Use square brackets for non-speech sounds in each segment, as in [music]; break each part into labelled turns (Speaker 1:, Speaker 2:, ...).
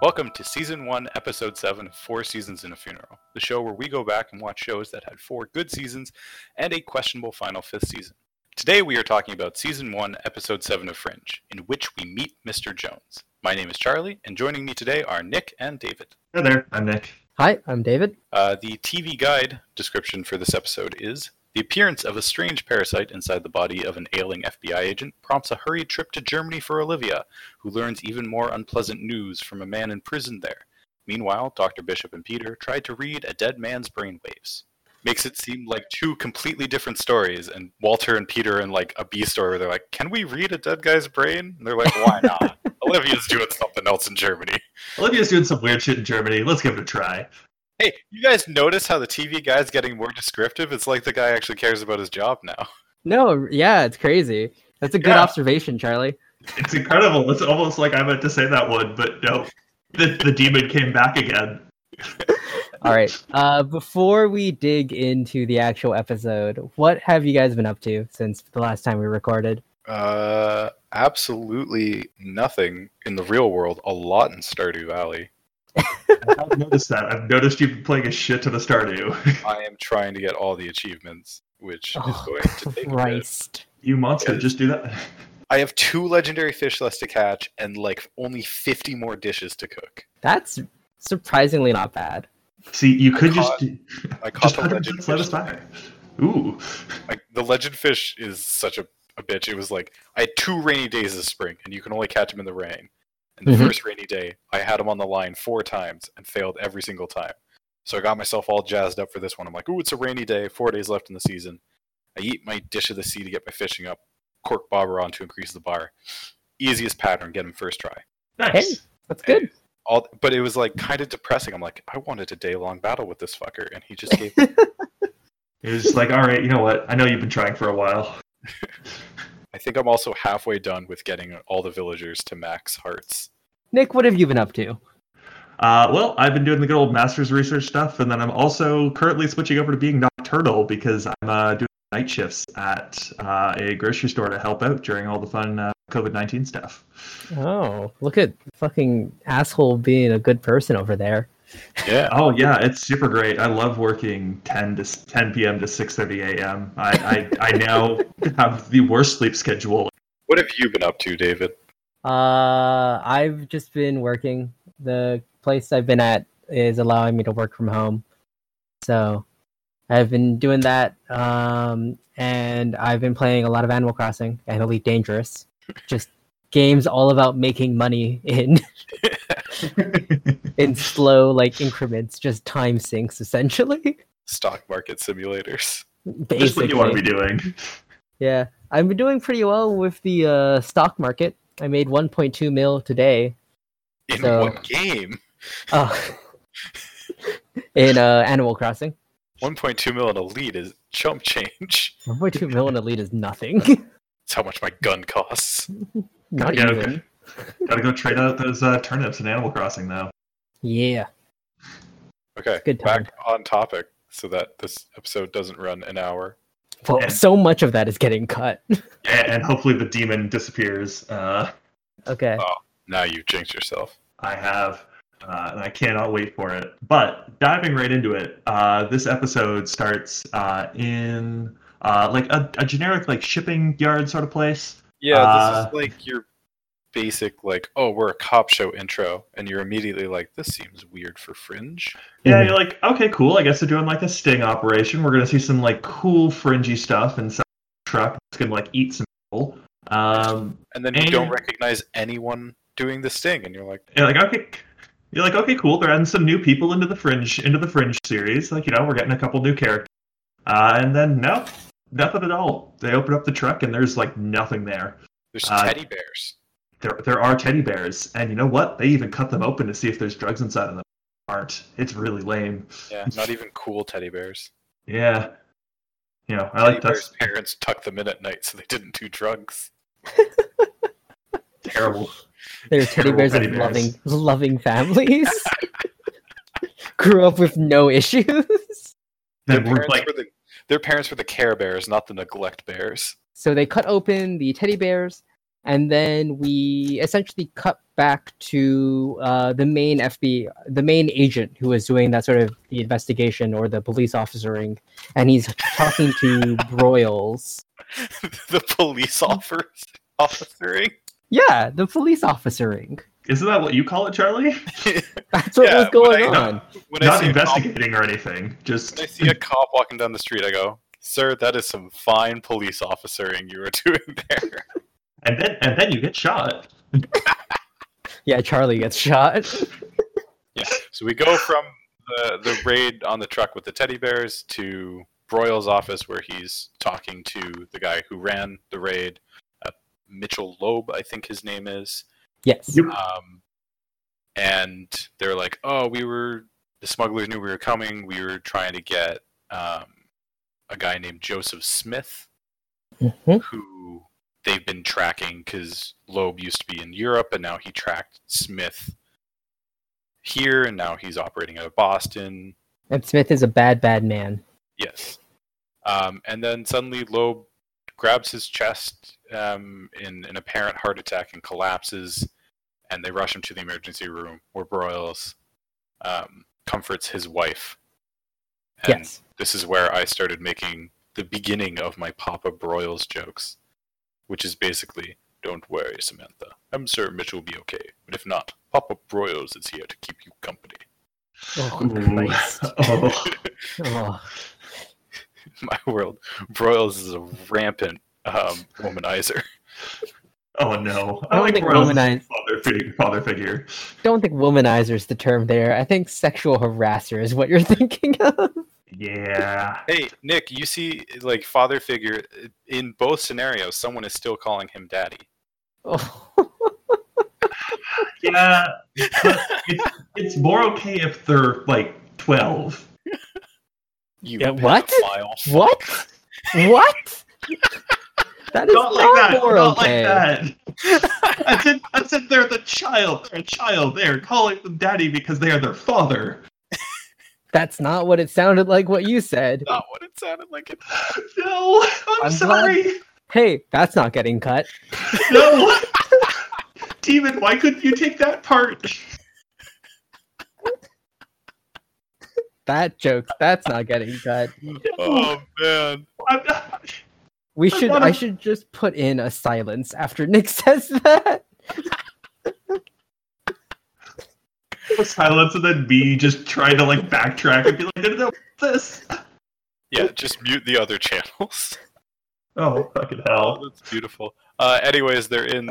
Speaker 1: Welcome to Season 1, Episode 7 of Four Seasons in a Funeral, the show where we go back and watch shows that had four good seasons and a questionable final fifth season. Today we are talking about Season 1, Episode 7 of Fringe, in which we meet Mr. Jones. My name is Charlie, and joining me today are Nick and David.
Speaker 2: Hi there, I'm Nick.
Speaker 3: Hi, I'm David.
Speaker 1: Uh, the TV guide description for this episode is the appearance of a strange parasite inside the body of an ailing FBI agent prompts a hurried trip to Germany for Olivia, who learns even more unpleasant news from a man imprisoned there. Meanwhile, Dr. Bishop and Peter try to read a dead man's brainwaves. Makes it seem like two completely different stories, and Walter and Peter in like a B story where they're like, Can we read a dead guy's brain? And they're like, Why not? Olivia's doing something else in Germany.
Speaker 2: Olivia's doing some weird shit in Germany. Let's give it a try.
Speaker 1: Hey, you guys notice how the TV guy's getting more descriptive? It's like the guy actually cares about his job now.
Speaker 3: No, yeah, it's crazy. That's a good
Speaker 1: Yeah.
Speaker 3: observation, Charlie.
Speaker 2: It's incredible. It's almost like I meant to say that one, but no. The, the demon came back again.
Speaker 3: All right. [laughs] Uh, before we dig into the actual episode, what have you guys been up to since the last time we recorded?
Speaker 1: Uh, absolutely nothing in the real world. A lot in Stardew Valley.
Speaker 2: I've noticed that. I've noticed you've been playing a shit ton of Stardew.
Speaker 1: I am trying to get all the achievements, which is
Speaker 3: Oh,
Speaker 1: going to take. a bit.
Speaker 3: Christ.
Speaker 2: You monster, just do that.
Speaker 1: I have two legendary fish left to catch, and like only fifty more dishes to cook.
Speaker 3: That's surprisingly not bad.
Speaker 2: See, you could
Speaker 1: I
Speaker 2: just
Speaker 1: caught-
Speaker 2: do,
Speaker 1: I caught
Speaker 2: just
Speaker 1: the
Speaker 2: 100
Speaker 1: legend
Speaker 2: minutes let us
Speaker 1: fish.
Speaker 2: fire. Ooh,
Speaker 1: Like, the legend fish is such a, a bitch. It was like I had two rainy days this spring, and you can only catch them in the rain. And the
Speaker 3: Mhm.
Speaker 1: first rainy day, I had them on the line four times and failed every single time. So I got myself all jazzed up for this one. I'm like, "Ooh, it's a rainy day. Four days left in the season." I eat my dish of the sea to get my fishing up. Cork bobber on to increase the bar. Easiest pattern. Get him first try
Speaker 2: nice.
Speaker 3: Hey. That's good.
Speaker 1: all but it was like kind of depressing i'm like i wanted a day long battle with this fucker and he just gave
Speaker 2: It was just like, all right, you know what? I know you've been trying for a while.
Speaker 1: i think i'm also halfway done with getting all the villagers to max hearts
Speaker 3: Nick, what have you been up to?
Speaker 2: Uh, well, I've been doing the good old master's research stuff, and then I'm also currently switching over to being nocturnal because I'm uh, doing night shifts at uh, a grocery store to help out during all the fun uh, COVID 19 stuff.
Speaker 3: Oh, look at fucking asshole being a good person over there.
Speaker 1: yeah
Speaker 2: Oh, yeah, it's super great. I love working 10 to 10 p.m. to 6.30 a.m. I, I, I now [laughs] have the worst sleep schedule.
Speaker 1: what have you been up to david
Speaker 3: Uh, I've just been working. The place I've been at is allowing me to work from home, so I've been doing that. Um, and I've been playing a lot of Animal Crossing and Elite Dangerous, just games all about making money in in slow like increments, just time sinks essentially.
Speaker 1: stock market simulators
Speaker 3: Basically,
Speaker 2: Just what you want to be doing.
Speaker 3: [laughs] Yeah, I've been doing pretty well with the uh, stock market. I made 1.2 mil today.
Speaker 1: in
Speaker 3: So-
Speaker 1: one game
Speaker 3: Oh. [laughs] in uh, Animal Crossing.
Speaker 1: 1.2 million elite is chump change
Speaker 3: 1.2 mil in Elite is nothing. [laughs]
Speaker 1: that's how much my gun costs
Speaker 3: Not
Speaker 2: Yeah,
Speaker 3: even.
Speaker 2: okay. Gotta go trade out those uh, turnips in Animal Crossing, though.
Speaker 3: Yeah.
Speaker 1: okay
Speaker 3: Good time.
Speaker 1: back on topic so that this episode doesn't run an hour
Speaker 3: Well,
Speaker 2: And-
Speaker 3: so much of that is getting cut. [laughs]
Speaker 2: Yeah, and hopefully the demon disappears. Uh,
Speaker 3: okay.
Speaker 1: now you've jinxed yourself
Speaker 2: I have, uh, and I cannot wait for it. But diving right into it, uh, this episode starts uh, in uh, like a, a generic like shipping yard sort of place.
Speaker 1: Yeah, this
Speaker 2: Uh,
Speaker 1: is like your basic like, oh, we're a cop show intro, and you're immediately like, this seems weird for Fringe.
Speaker 2: Yeah,
Speaker 3: Mhm.
Speaker 2: you're like, okay, cool. I guess they're doing like a sting operation. We're gonna see some like cool fringy stuff and some truck that's gonna like eat some people. Um,
Speaker 1: And then you don't
Speaker 2: And-
Speaker 1: recognize anyone doing this thing, and you're like,
Speaker 2: you're like, okay. You're like, okay, cool. They're adding some new people into the fringe into the fringe series. Like, you know, we're getting a couple new characters. Uh, and then nope, nothing at all. They open up the truck and there's like nothing there.
Speaker 1: there's
Speaker 2: Uh,
Speaker 1: teddy bears.
Speaker 2: There there are teddy bears, and you know what? They even cut them open to see if there's drugs inside of them. Aren't. It's really lame.
Speaker 1: Yeah, not even cool teddy bears.
Speaker 2: Yeah. You know, I
Speaker 1: Teddy
Speaker 2: like
Speaker 1: bears'
Speaker 2: that's
Speaker 1: parents tucked them in at night so they didn't do drugs.
Speaker 2: terrible.
Speaker 1: [laughs]
Speaker 3: They're teddy
Speaker 2: Terrible
Speaker 3: bears
Speaker 2: teddy
Speaker 3: of loving,
Speaker 2: bears. [laughs]
Speaker 3: loving families. Grew up with no issues.
Speaker 1: Their
Speaker 2: Then we're
Speaker 1: parents,
Speaker 2: like,
Speaker 1: were the, their parents were the care bears, [laughs] not the neglect bears.
Speaker 3: So they cut open the teddy bears and then we essentially cut back to uh, the main FB, the main agent who was doing that sort of the investigation or the police officering, and he's talking to Broyles.
Speaker 1: the police
Speaker 2: Hmm.
Speaker 1: officers officering.
Speaker 3: Yeah, the police officering.
Speaker 2: Isn't that what you call it, Charlie?
Speaker 3: [laughs] That's what
Speaker 1: Yeah,
Speaker 3: was going
Speaker 1: when I-
Speaker 3: on.
Speaker 1: When
Speaker 2: [laughs] Not
Speaker 1: see a cop-
Speaker 2: investigating or anything. Just
Speaker 1: When I see a cop walking down the street, I go, "Sir, that is some fine police officering you were [laughs] doing there."
Speaker 2: and then and then you get shot.
Speaker 3: Yeah, Charlie gets shot.
Speaker 1: yeah. So we go from the the raid on the truck with the teddy bears to Broyle's office, where he's talking to the guy who ran the raid, uh, Mitchell Loeb, I think his name is.
Speaker 3: Yes.
Speaker 2: Yep.
Speaker 1: Um, and they're like, "Oh, we were the smugglers knew we were coming. We were trying to get um, a guy named Joseph Smith."
Speaker 3: Mhm.
Speaker 1: who they've been tracking because Loeb used to be in Europe and now he tracked Smith here and now he's operating out of Boston.
Speaker 3: And Smith is a bad, bad man.
Speaker 1: Yes. Um, and then suddenly Loeb grabs his chest um, in an apparent heart attack and collapses, and they rush him to the emergency room where Broyles um, comforts his wife. And
Speaker 3: yes.
Speaker 1: this is where I started making the beginning of my Papa Broyles jokes, which is basically, don't worry, Samantha. I'm sure Mitch will be okay. But if not, Papa Broyles is here to keep you company.
Speaker 3: Oh,
Speaker 2: Ooh.
Speaker 3: Christ.
Speaker 2: [laughs] oh.
Speaker 3: Oh.
Speaker 1: [laughs] my world, Broyles is a rampant um, womanizer.
Speaker 2: Oh no!
Speaker 3: I don't think
Speaker 2: Royals is a
Speaker 3: womanize-
Speaker 2: father figure. Father figure.
Speaker 3: Don't think womanizer is the term there. I think sexual harasser is what you're [laughs] thinking of.
Speaker 2: Yeah.
Speaker 1: [laughs] Hey, Nick, you see, like, father figure, in both scenarios, someone is still calling him daddy.
Speaker 3: Oh.
Speaker 2: [laughs] Yeah. but it's, it's more okay if they're like twelve.
Speaker 1: You
Speaker 3: Yeah, what?
Speaker 1: pedophile.
Speaker 3: What? What? That is
Speaker 2: Not like
Speaker 3: far
Speaker 2: that.
Speaker 3: more
Speaker 2: Not
Speaker 3: okay.
Speaker 2: like that. I said. I said they're the child. They're a child. They're calling them daddy because they are their father.
Speaker 3: That's not what it sounded like what you said.
Speaker 1: Not what it sounded like.
Speaker 3: [laughs]
Speaker 1: It.
Speaker 2: No, I'm,
Speaker 3: I'm
Speaker 2: sorry.
Speaker 3: [laughs] Hey, that's not getting cut.
Speaker 2: No. Demon, why couldn't you take that part?
Speaker 3: That joke, that's not getting cut.
Speaker 1: Oh, man.
Speaker 2: I'm not-
Speaker 3: We
Speaker 2: I
Speaker 3: should
Speaker 2: wanna-
Speaker 3: I should just put in a silence after Nick [laughs] says that.
Speaker 2: silence and then me just trying to like backtrack and be like, no, no, no, what's this?
Speaker 1: Yeah, just mute the other [laughs] channels.
Speaker 2: Oh, fucking hell.
Speaker 1: Oh, that's beautiful. Uh, anyways, they're in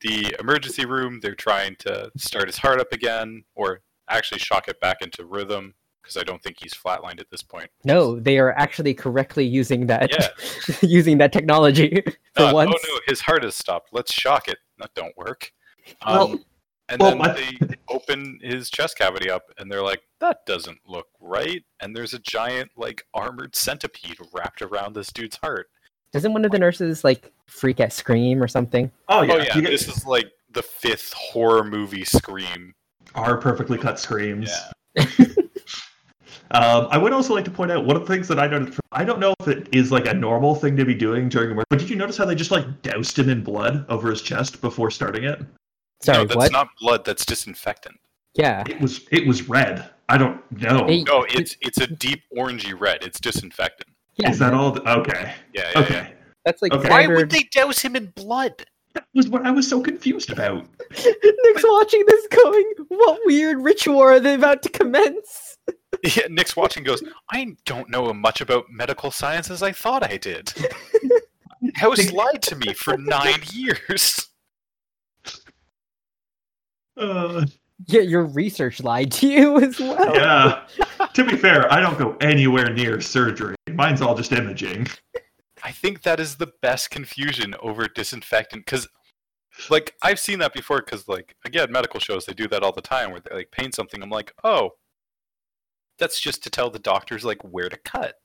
Speaker 1: the emergency room. They're trying to start his heart up again, or actually shock it back into rhythm, because I don't think he's flatlined at this point.
Speaker 3: No, they are actually correctly using that
Speaker 1: Yeah.
Speaker 3: [laughs] using that technology [laughs]
Speaker 2: Uh,
Speaker 3: for
Speaker 1: Not,
Speaker 3: once.
Speaker 1: Oh no, his heart has stopped. Let's shock it. That don't work. Um,
Speaker 2: Well-
Speaker 1: and
Speaker 2: well,
Speaker 1: then
Speaker 2: what-
Speaker 1: they open his chest cavity up, and they're like, "That doesn't look right." And there's a giant, like, armored centipede wrapped around this dude's heart.
Speaker 3: Doesn't one of the nurses like freak at scream or something?
Speaker 2: Oh yeah,
Speaker 1: Oh yeah,
Speaker 2: you guys
Speaker 1: this is like the fifth horror movie scream.
Speaker 2: are perfectly cut screams.
Speaker 1: Yeah.
Speaker 2: [laughs] Um, I would also like to point out one of the things that I don't I don't know if it is like a normal thing to be doing during a murder, but did you notice how they just like doused him in blood over his chest before starting it?
Speaker 3: Sorry,
Speaker 1: no, that's
Speaker 3: what?
Speaker 1: not blood. That's disinfectant.
Speaker 3: Yeah.
Speaker 2: It was it was red. I don't know.
Speaker 3: They-
Speaker 1: No, it's it's a deep orangey red. It's disinfectant.
Speaker 3: Yeah.
Speaker 2: Is that all? th- okay.
Speaker 1: Yeah, yeah, yeah.
Speaker 2: Okay.
Speaker 3: That's like
Speaker 2: Okay.
Speaker 1: Why
Speaker 3: standard.
Speaker 1: would they douse him in blood?
Speaker 2: That was what I was so confused about.
Speaker 3: Nick's watching this going, what weird ritual are they about to commence?
Speaker 1: [laughs] Yeah, Nick's watching goes, I don't know much about medical science as I thought I did. House lied to me for nine years.
Speaker 2: [laughs] Uh,
Speaker 3: Yeah, your research lied to you as well.
Speaker 2: yeah. to be fair, I don't go anywhere near surgery. Mine's all just imaging.
Speaker 1: I think that is the best confusion over disinfectant because, like, I've seen that before. Because, like, again, medical shows they do that all the time where they like paint something. I'm like, oh, that's just to tell the doctors like where to cut.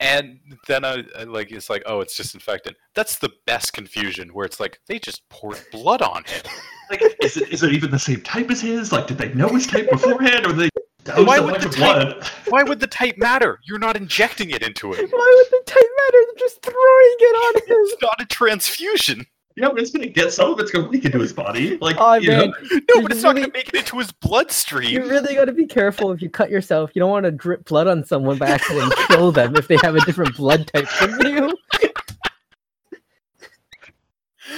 Speaker 1: And then I, I like it's like, oh, it's disinfectant. That's the best confusion where it's like they just poured blood on him. [laughs]
Speaker 2: Like, is it is it even the same type as his? Like, did they know his type beforehand, or they doused
Speaker 1: Why
Speaker 2: him
Speaker 1: would
Speaker 2: with
Speaker 1: the type-
Speaker 2: blood?
Speaker 1: Why would the type matter? You're not injecting it into him.
Speaker 3: [laughs] Why would the type matter? They're just throwing it on him.
Speaker 1: It's not a transfusion.
Speaker 2: Yeah, but it's gonna get some of it's gonna leak into his body. Like,
Speaker 3: Oh,
Speaker 2: you know,
Speaker 3: man.
Speaker 1: No, but
Speaker 3: You
Speaker 1: it's not going
Speaker 3: really-
Speaker 1: to make it into his
Speaker 3: You
Speaker 1: bloodstream.
Speaker 3: really got to be careful if you cut yourself. You don't want to drip blood on someone by accident [laughs] and kill them if they have a different blood type from you.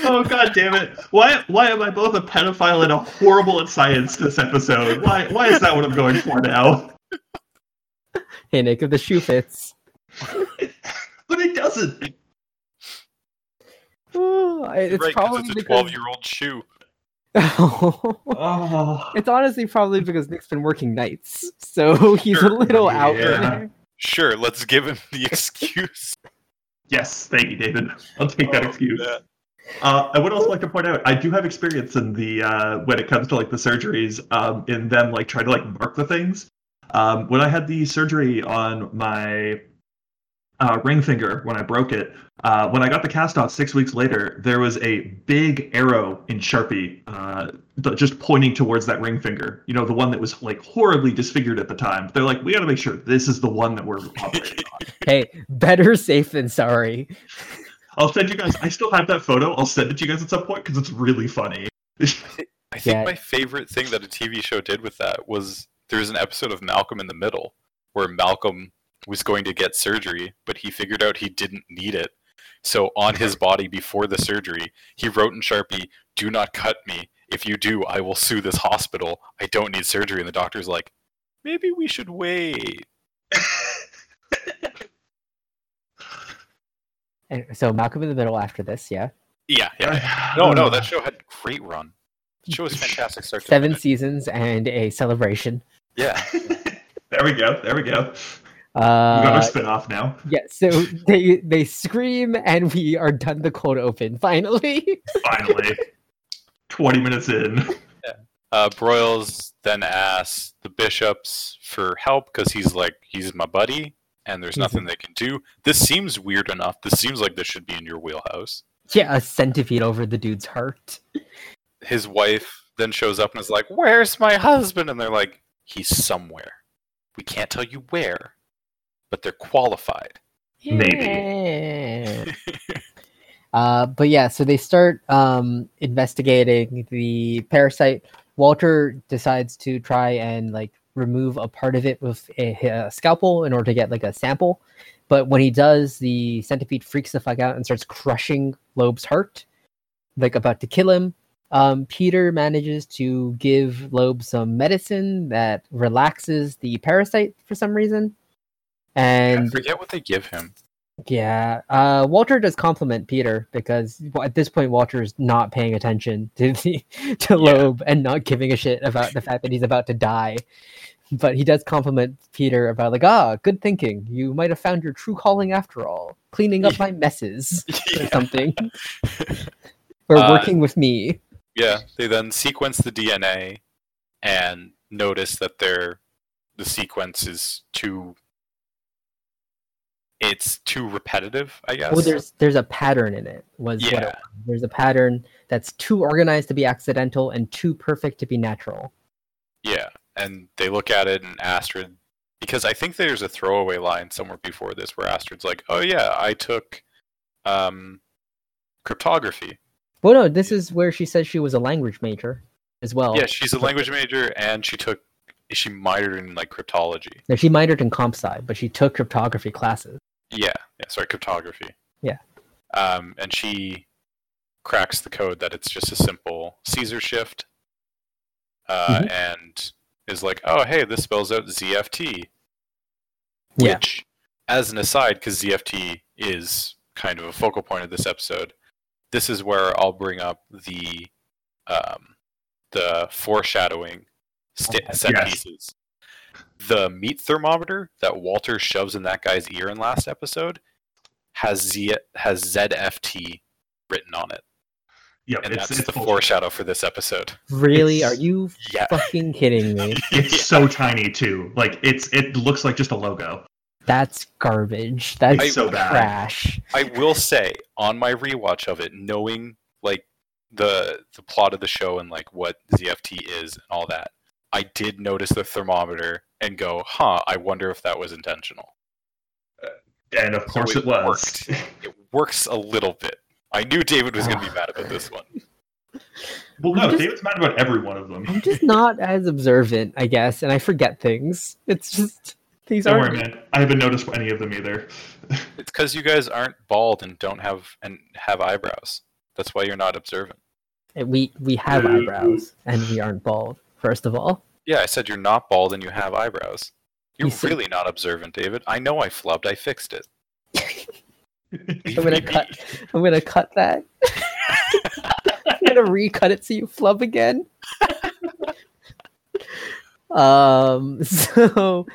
Speaker 2: oh god damn it! Why why am I both a pedophile and a horrible at science this episode? Why why is that what I'm going for now? [laughs]
Speaker 3: Hey, Nick, if the shoe fits.
Speaker 2: But it doesn't.
Speaker 1: [laughs]
Speaker 3: Ooh, Oh, I-
Speaker 1: You're
Speaker 3: it's
Speaker 1: right, 'cause
Speaker 3: probably
Speaker 1: it's a
Speaker 3: because-
Speaker 1: twelve-year-old shoe.
Speaker 3: [laughs]
Speaker 2: Oh,
Speaker 3: it's honestly probably because Nick's been working nights, so [laughs] he's a
Speaker 1: Sure,
Speaker 3: little out
Speaker 2: yeah.
Speaker 3: there.
Speaker 1: Sure, let's give him the [laughs] excuse.
Speaker 2: yes, thank you, David. I'll take that
Speaker 1: Oh,
Speaker 2: excuse.
Speaker 1: that-
Speaker 2: Uh, I would also like to point out I do have experience in the uh, when it comes to like the surgeries um, in them like trying to like mark the things. Um, when I had the surgery on my uh, ring finger when I broke it, uh, when I got the cast off six weeks later, there was a big arrow in Sharpie uh, th- just pointing towards that ring finger. You know, the one that was like horribly disfigured at the time. They're like, we got to make sure this is the one that we're operating.
Speaker 3: Hey, better safe than sorry.
Speaker 2: I'll send you guys. I still have that photo. I'll send it to you guys at some point because it's really funny. [laughs]
Speaker 1: I think
Speaker 3: Yeah.
Speaker 1: my favorite thing that a TV show did with that was there was an episode of Malcolm in the Middle where Malcolm was going to get surgery, but he figured out he didn't need it. So on
Speaker 3: [laughs]
Speaker 1: his body before the surgery, he wrote in Sharpie, "Do not cut me. If you do, I will sue this hospital. I don't need surgery." And the doctor's like, "Maybe we should wait."
Speaker 3: And so Malcolm in the Middle after this, yeah,
Speaker 1: Yeah, yeah. No,
Speaker 3: Uh.
Speaker 1: no, that show had great run. The show
Speaker 3: [laughs]
Speaker 1: was fantastic. Start to
Speaker 3: seven
Speaker 1: finish.
Speaker 3: seasons and a celebration.
Speaker 1: Yeah.
Speaker 2: [laughs] there we go. There we go. We got our
Speaker 3: Uh,
Speaker 2: spin-off now.
Speaker 3: yeah, so they they scream and we are done the cold open finally. [laughs]
Speaker 2: Finally, twenty minutes in.
Speaker 1: uh, Broyles then asks the bishops for help because he's like, he's my buddy, and there's
Speaker 3: Mhm.
Speaker 1: nothing they can do. This seems weird enough. This seems like this should be in your wheelhouse.
Speaker 3: yeah, a centipede over the dude's heart.
Speaker 1: His wife then shows up and is like, Where's my husband? And they're like, He's somewhere. We can't tell you where, but they're qualified.
Speaker 2: Maybe.
Speaker 3: Yeah. [laughs] uh, but yeah, so they start um, investigating the parasite. Walter decides to try and like remove a part of it with a, a scalpel in order to get like a sample. But when he does, the centipede freaks the fuck out and starts crushing Loeb's heart, like about to kill him. Um, Peter manages to give Loeb some medicine that relaxes the parasite for some reason.
Speaker 1: I
Speaker 3: And
Speaker 1: forget what they give him.
Speaker 3: yeah, uh, Walter does compliment Peter because w- at this point Walter is not paying attention [laughs] to the, to Loeb and not giving a shit about the fact that he's about to die. But he does compliment Peter about like, ah, good thinking. You might have found your true calling after all,
Speaker 1: [laughs]
Speaker 3: cleaning up my messes or something, or
Speaker 1: Uh,
Speaker 3: working with me.
Speaker 1: Yeah, they then sequence the DNA and notice that they're, the sequence is too. It's too repetitive, I guess.
Speaker 3: Well, Oh, there's there's a pattern in it. Was what it
Speaker 1: yeah,
Speaker 3: was. there's a pattern that's too organized to be accidental and too perfect to be natural.
Speaker 1: yeah. And they look at it, and Astrid, because I think there's a throwaway line somewhere before this where Astrid's like, "Oh yeah, I took um, cryptography.
Speaker 3: Well, no, this is where she says she was a language major as well.
Speaker 1: yeah, she's a language major, and she took she minored in like cryptology.
Speaker 3: Now, she minored in comp sci, but she took cryptography classes.
Speaker 1: Yeah, yeah, sorry, cryptography.
Speaker 3: Yeah.
Speaker 1: Um, and she cracks the code that it's just a simple Caesar shift, uh,
Speaker 3: Mhm.
Speaker 1: and is like, oh, hey, this spells out ZFT.
Speaker 3: Yeah.
Speaker 1: Which, as an aside, because ZFT is kind of a focal point of this episode, this is where I'll bring up the um, the foreshadowing sta- set
Speaker 2: yes.
Speaker 1: pieces. The meat thermometer that Walter shoves in that guy's ear in last episode has Z has ZFT written on it,
Speaker 2: Yep,
Speaker 1: and
Speaker 2: it's,
Speaker 1: that's
Speaker 2: it's
Speaker 1: the
Speaker 2: bullshit.
Speaker 1: foreshadow for this episode.
Speaker 3: Really?
Speaker 2: It's-
Speaker 3: Are you
Speaker 1: Yeah,
Speaker 3: fucking kidding me?
Speaker 2: It's
Speaker 1: [laughs]
Speaker 2: so tiny too. Like it's it looks like just a logo.
Speaker 3: That's garbage. That's
Speaker 1: I-
Speaker 2: It's so bad.
Speaker 3: trash.
Speaker 1: I will say on my rewatch of it, knowing like the the plot of the show and like what ZFT is and all that, I did notice the thermometer and go, "Huh, I wonder if that was intentional."
Speaker 2: And of course
Speaker 1: it
Speaker 2: it was.
Speaker 1: worked. It works a little bit. I knew David was going
Speaker 2: [sighs]
Speaker 1: to be mad about this one.
Speaker 2: [laughs] Well, no,
Speaker 3: I'm just-
Speaker 2: David's mad about every one of them.
Speaker 3: I'm just not as observant, I guess, and I forget things. It's just these
Speaker 2: Don't
Speaker 3: are
Speaker 2: worry, man. I haven't noticed any of them either. [laughs]
Speaker 1: It's because you guys aren't bald and don't have and have eyebrows. That's why you're not observant.
Speaker 3: we we have
Speaker 2: Ooh.
Speaker 3: eyebrows and we aren't bald. First of all,
Speaker 1: Yeah, I said you're not bald and you have eyebrows. You're
Speaker 3: You see-
Speaker 1: really not observant, David. I know I flubbed. I fixed
Speaker 2: [laughs]
Speaker 1: it. Leave
Speaker 3: I'm gonna
Speaker 1: me be.
Speaker 3: cut. I'm gonna cut that. I'm gonna recut it so you flub again. um. [laughs] So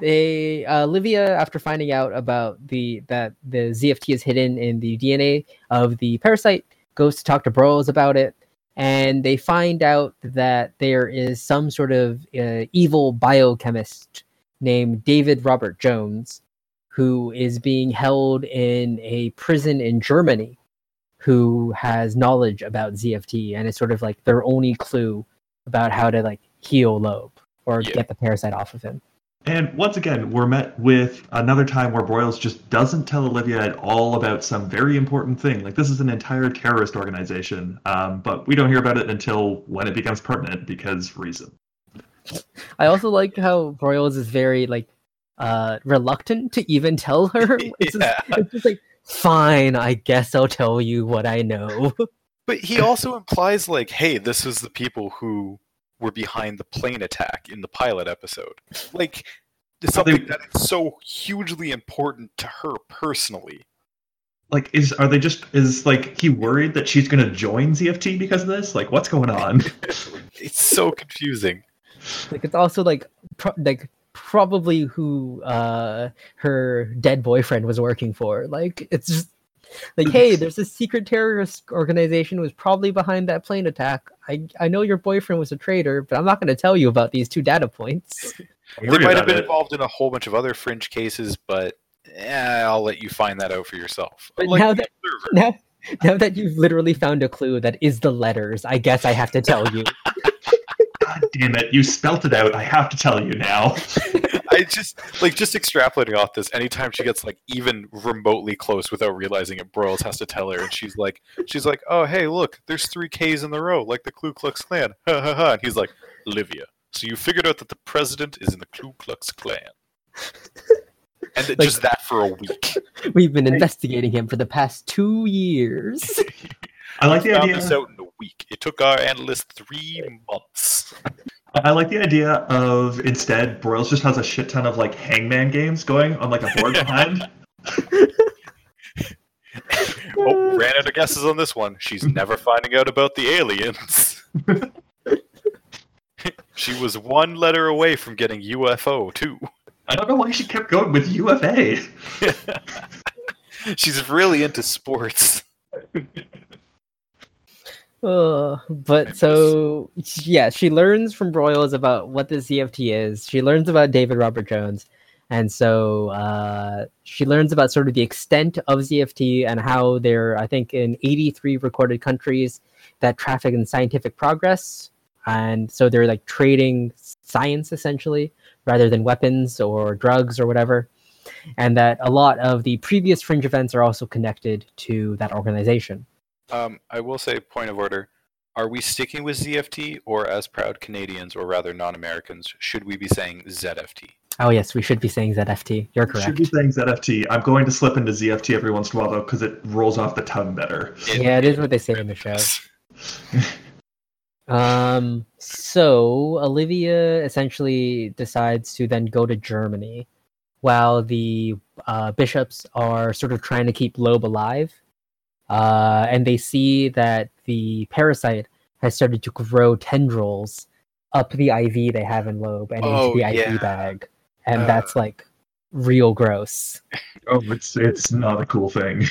Speaker 3: they uh, Livia, after finding out about the that the ZFT is hidden in the DNA of the parasite, goes to talk to Broles about it, and they find out that there is some sort of uh, evil biochemist named David Robert Jones who is being held in a prison in Germany who has knowledge about ZFT and is sort of like their only clue about how to like heal Loeb or
Speaker 1: Yeah.
Speaker 3: get the parasite off of him.
Speaker 2: And once again, we're met with another time where Broyles just doesn't tell Olivia at all about some very important thing. Like, this is an entire terrorist organization, um, but we don't hear about it until when it becomes pertinent because reason.
Speaker 3: I also like how Broyles is very like uh reluctant to even tell her.
Speaker 1: [laughs]
Speaker 3: It's, just-
Speaker 1: Yeah.
Speaker 3: it's just like fine, I guess I'll tell you what I know.
Speaker 1: But he also implies, like, hey, this was the people who were behind the plane attack in the pilot episode. Like, it's
Speaker 2: Are they-
Speaker 1: something that is so hugely important to her personally.
Speaker 2: Like, is are they just is like he worried that she's going to join ZFT because of this? Like, what's
Speaker 1: [laughs]
Speaker 2: going on? [laughs]
Speaker 1: It's so confusing.
Speaker 3: like it's also like pro- like probably who uh her dead boyfriend was working for like it's just like
Speaker 1: [laughs]
Speaker 3: hey there's this secret terrorist organization who was probably behind that plane attack i i know your boyfriend was a traitor but i'm not going to tell you about these two data
Speaker 1: [laughs]
Speaker 3: points
Speaker 2: I'm
Speaker 1: They
Speaker 2: worried
Speaker 1: might
Speaker 2: about
Speaker 1: have been
Speaker 2: it.
Speaker 1: involved in a whole bunch of other fringe cases, but eh, I'll let you find that out for yourself.
Speaker 3: But
Speaker 1: Like
Speaker 3: now
Speaker 1: the
Speaker 3: that-
Speaker 1: observer.
Speaker 3: now now that you've literally found a clue that is the letters i guess i have to tell
Speaker 1: [laughs]
Speaker 3: you
Speaker 2: God damn it! You spelt it out. I have to tell you now.
Speaker 1: I just like just extrapolating off this. Anytime she gets like even remotely close without realizing it, Broyles has to tell her, and she's like, she's like, oh hey, look, there's three K's in the row, like the Ku Klux Klan. [laughs] Ha ha ha. And he's like, Olivia. So you figured out that the president is in the Ku Klux Klan,
Speaker 3: [laughs]
Speaker 1: and that-
Speaker 3: Like-
Speaker 1: just that for a week.
Speaker 3: we've been investigating him for the past two years
Speaker 2: I like the
Speaker 1: Found
Speaker 2: idea.
Speaker 1: this out in a week. It took our analyst three months.
Speaker 2: I like the idea of instead Broyles just has a shit ton of like hangman games going on
Speaker 1: [laughs]
Speaker 2: like a board behind.
Speaker 1: Oh, ran out of guesses on this one. She's [laughs] never finding out about the [laughs] aliens. she was one letter away from getting UFO too.
Speaker 2: I don't know why she kept going with UFA.
Speaker 1: She's really into sports.
Speaker 3: Uh,
Speaker 1: I
Speaker 3: but so yeah, she learns from Broyles about what the ZFT is. She learns about David Robert Jones, and so uh, she learns about sort of the extent of ZFT and how there, I think, in 83 recorded countries that traffic in scientific progress, and so they're like trading science essentially rather than weapons or drugs or whatever, and that a lot of the previous fringe events are also connected to that organization.
Speaker 1: Um, I will say, point of order: Are we sticking with ZFT, or as proud Canadians, or rather non-Americans, should we be saying ZFT?
Speaker 3: Oh yes, we should be saying ZFT. You're correct.
Speaker 2: Should be saying ZFT. I'm going to slip into ZFT every once in a while though because it rolls off the tongue better.
Speaker 3: Yeah, it is what they say in the show. Um, so Olivia essentially decides to then go to Germany, while the uh, bishops are sort of trying to keep Loeb alive, uh, and they see that the parasite has started to grow tendrils up the IV they have in Loeb and
Speaker 1: Oh,
Speaker 3: into the
Speaker 1: yeah.
Speaker 3: IV bag, and
Speaker 1: Uh.
Speaker 3: that's like real gross.
Speaker 2: Oh, it's it's not a cool thing.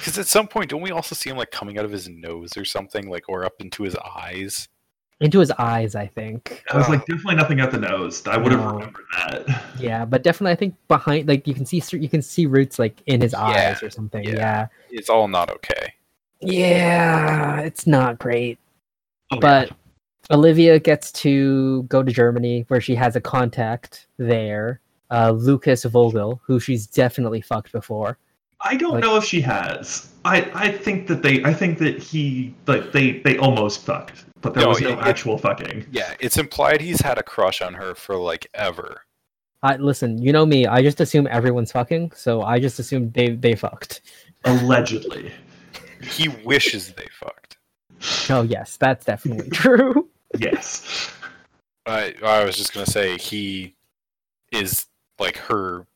Speaker 1: Because at some point, don't we also see him like coming out of his nose or something, like or up into his eyes?
Speaker 3: Into his eyes, I think.
Speaker 2: I was
Speaker 1: Oh.
Speaker 2: like definitely nothing at the nose. I would have
Speaker 3: No.
Speaker 2: remembered that.
Speaker 3: Yeah, but definitely, I think behind, like you can see, you can see roots like in his eyes or something.
Speaker 1: yeah.
Speaker 3: Yeah,
Speaker 1: It's all not okay.
Speaker 3: yeah, it's not great.
Speaker 2: Oh,
Speaker 3: But Olivia gets to go to Germany, where she has a contact there, uh, Lucas Vogel, who she's definitely fucked before.
Speaker 2: I don't
Speaker 3: Like-
Speaker 2: know if she has. I, I think that they I think that he like they they almost fucked, but there
Speaker 1: No,
Speaker 2: was no
Speaker 1: it- it-
Speaker 2: actual fucking.
Speaker 1: Yeah, it's implied he's had a crush on her for like ever.
Speaker 3: I listen. You know me. I just assume everyone's fucking, so I just assumed they they fucked.
Speaker 2: [laughs] Allegedly.
Speaker 1: He wishes they fucked.
Speaker 3: Oh yes, that's definitely [laughs] true.
Speaker 2: Yes.
Speaker 1: I I was just gonna say he is like her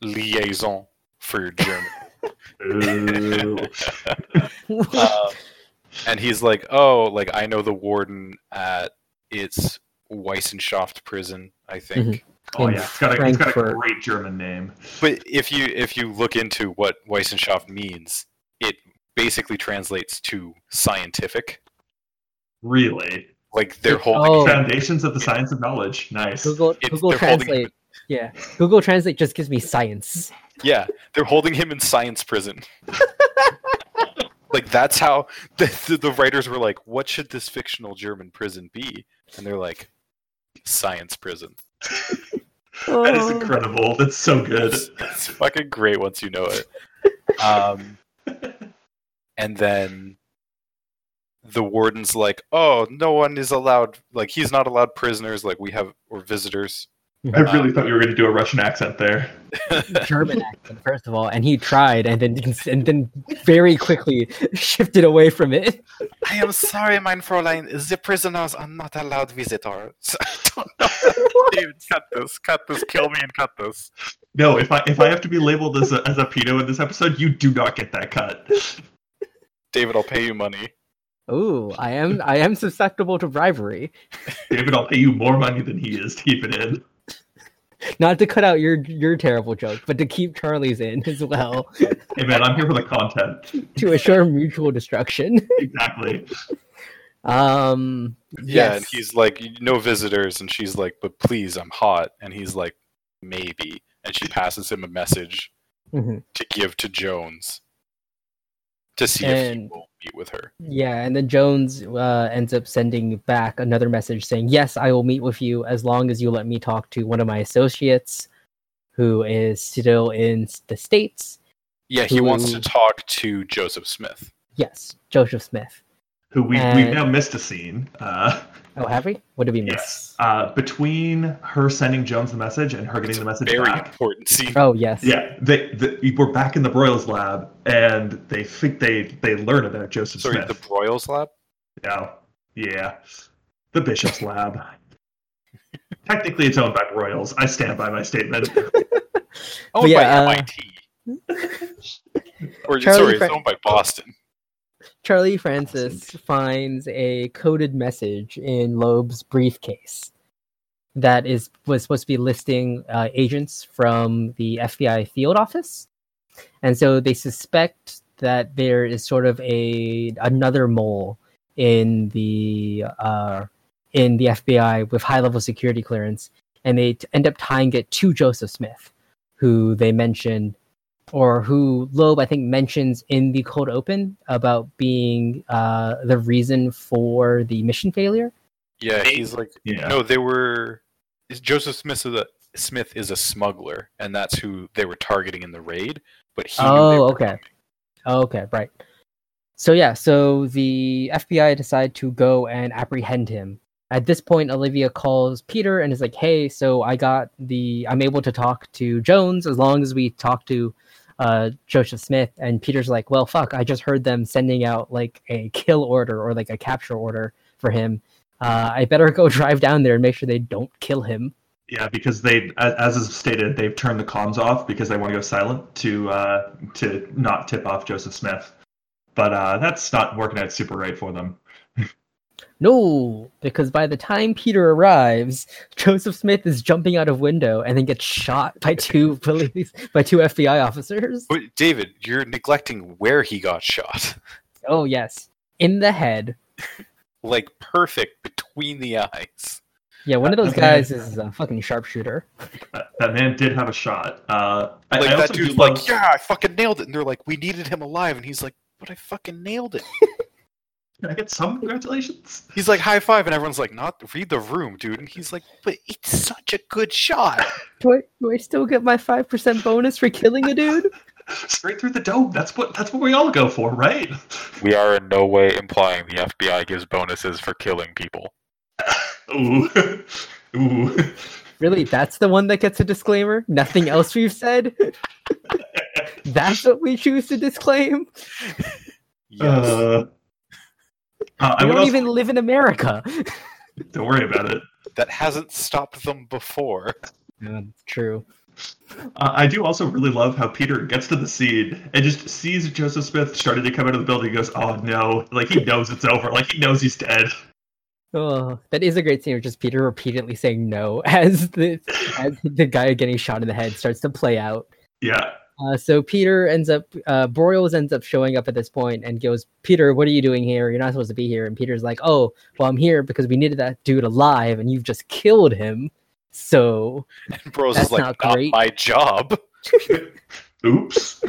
Speaker 1: liaison for Germany.
Speaker 2: Ooh.
Speaker 1: um, and he's like, "Oh, like I know the warden at its Weissenschaft prison, I think."
Speaker 2: Oh yeah, it's got, a, it's got a
Speaker 3: Frankfurt.
Speaker 2: great German name.
Speaker 1: But if you if you look into what Weissenschaft means, it basically translates to scientific.
Speaker 2: Really,
Speaker 1: Like their
Speaker 3: It-
Speaker 1: whole
Speaker 3: oh.
Speaker 2: foundations of the science of knowledge. Nice.
Speaker 3: Google
Speaker 1: It's-
Speaker 3: Google
Speaker 1: they're holding-
Speaker 3: Translate. Yeah, Google Translate just gives me science.
Speaker 1: Yeah, they're holding him in science prison. like that's how the, the, the writers were like, "What should this fictional German prison be?" And they're like, "Science prison."
Speaker 2: That is incredible. That's so good.
Speaker 1: It's, [laughs] it's fucking great once you know it. Um, and then the warden's like, "Oh, no one is allowed. Like he's not allowed prisoners. Like we have or visitors."
Speaker 2: I
Speaker 1: Uh,
Speaker 2: really thought you were going to do a Russian accent there.
Speaker 3: German accent, first of all, and he tried, and then didn't- and then very quickly shifted away from it.
Speaker 1: I am sorry, mein Fräulein. The prisoners are not allowed [laughs] visitors. I don't know. Dude, cut this. Cut this. Kill me and cut this.
Speaker 2: No, if I if I have to be labeled as a, as a pedo in this episode, you do not get that cut.
Speaker 1: David, I'll pay you money.
Speaker 3: Ooh, I am I am susceptible to bribery.
Speaker 2: David, I'll pay you more money than he is to keep it in.
Speaker 3: Not to cut out your your terrible joke, but to keep Charlie's in as well
Speaker 2: Hey man, I'm here for the content.
Speaker 3: to assure mutual destruction.
Speaker 2: Exactly.
Speaker 3: Um.
Speaker 1: Yeah, and
Speaker 3: yes.
Speaker 1: he's like, no visitors, and she's like, but please, I'm hot, and he's like, maybe, and she passes him a message
Speaker 3: Mhm.
Speaker 1: to give to Jones to see if he
Speaker 3: And-
Speaker 1: will meet with her.
Speaker 3: Yeah, and then Jones uh, ends up sending back another message saying, "Yes, I will meet with you as long as you let me talk to one of my associates, who is still in s- the states."
Speaker 1: Yeah, he wants to
Speaker 3: Who-
Speaker 1: talk to Joseph Smith.
Speaker 3: Yes, Joseph Smith.
Speaker 2: Who we
Speaker 3: Uh,
Speaker 2: we've now missed a scene. Uh,
Speaker 3: Oh, have we? What did we miss?
Speaker 2: yes. Uh, between her sending Jones the message and her getting the message
Speaker 1: Very
Speaker 2: back.
Speaker 1: important scene.
Speaker 3: Oh, yes.
Speaker 2: Yeah, they, they we're back in the Broyles lab, and they think they they learn about Joseph
Speaker 1: Sorry,
Speaker 2: Smith.
Speaker 1: the Broyles lab.
Speaker 2: Oh, yeah. The Bishop's Lab. Technically, it's owned by Royals. I stand by my statement.
Speaker 1: Oh,
Speaker 3: But yeah,
Speaker 1: by
Speaker 3: uh, [laughs]
Speaker 1: MIT. or
Speaker 3: Charlie
Speaker 1: sorry,
Speaker 3: Fra-
Speaker 1: it's owned by Boston.
Speaker 3: Charlie Francis finds a coded message in Loeb's briefcase that is was supposed to be listing uh, agents from the FBI field office, and so they suspect that there is sort of a another mole in the uh, in the FBI with high level security clearance, and they t- end up tying it to Joseph Smith, who they mention or who Loeb, I think, mentions in the cold open about being uh, the reason for the mission failure.
Speaker 1: Yeah, he's like,
Speaker 2: Yeah.
Speaker 1: no, they were. is- Joseph Smith is a Smith is a smuggler, and that's who they were targeting in the raid. But he. knew they
Speaker 3: Oh,
Speaker 1: were
Speaker 3: okay.
Speaker 1: coming.
Speaker 3: Oh, Okay, right. So yeah, so the FBI decide to go and apprehend him. At this point, Olivia calls Peter and is like, "Hey, so I got the I'm able to talk to Jones as long as we talk to uh, Joseph Smith." And Peter's like, "Well, fuck, I just heard them sending out like a kill order or like a capture order for him. Uh, I better [laughs] go drive down there and make sure they don't kill him."
Speaker 2: Yeah, because they, a- as is stated, they've turned the comms off because they want to go silent to uh, to not tip off Joseph Smith. But uh, that's not working out super right for them.
Speaker 3: No, because by the time Peter arrives, Joseph Smith is jumping out of window and then gets shot
Speaker 2: [laughs]
Speaker 3: by two police by two FBI officers.
Speaker 1: But David, you're neglecting where he got shot. [laughs]
Speaker 3: Oh yes. In the head.
Speaker 1: Like perfect between the eyes.
Speaker 3: Yeah, one of those
Speaker 2: Okay.
Speaker 3: guys is a fucking sharpshooter.
Speaker 2: That, Uh, that man did have a shot. Uh, I,
Speaker 1: Like
Speaker 2: I
Speaker 1: that
Speaker 2: also do
Speaker 1: dude's like,
Speaker 2: love-
Speaker 1: yeah, I fucking nailed it. And they're like, we needed him alive, and he's like, but I fucking nailed it.
Speaker 2: Can I get some congratulations?
Speaker 1: He's like high five, and everyone's like, not read the room, dude. And he's like, but it's such a good shot.
Speaker 3: Do I do I still get my five percent bonus for killing a dude?
Speaker 2: Straight through the dome. That's what that's what we all go for, right? [laughs]
Speaker 1: We are in no way implying the FBI gives bonuses for killing people.
Speaker 2: Ooh. [laughs] Ooh.
Speaker 3: [laughs] Really, that's the one that gets a disclaimer? Nothing else
Speaker 2: [laughs]
Speaker 3: we've said? that's what we choose to disclaim?
Speaker 2: Uh, uh, I
Speaker 3: We
Speaker 2: would
Speaker 3: don't
Speaker 2: also-
Speaker 3: even live
Speaker 2: [laughs]
Speaker 3: in America.
Speaker 2: don't worry about it.
Speaker 1: That hasn't stopped them before. [laughs]
Speaker 3: True.
Speaker 2: Uh, I do also really love how Peter gets to the scene and just sees Joseph Smith starting to come out of the building. He goes, "Oh no!" Like he knows it's over. Like he knows he's dead.
Speaker 3: Oh, that is a great scene of just Peter repeatedly saying no [laughs] as the as the guy getting shot in the head starts to play out.
Speaker 2: Yeah.
Speaker 3: Uh, so Peter ends up, uh, Broyles ends up showing up at this point and goes, Peter, what are you doing here? You're not supposed to be here. And Peter's like, oh, well, I'm here because we needed that dude alive and you've just killed him. So,
Speaker 1: And Bros
Speaker 3: That's
Speaker 1: is like,
Speaker 3: not
Speaker 1: not
Speaker 3: great."
Speaker 1: my job. [laughs]
Speaker 2: Oops.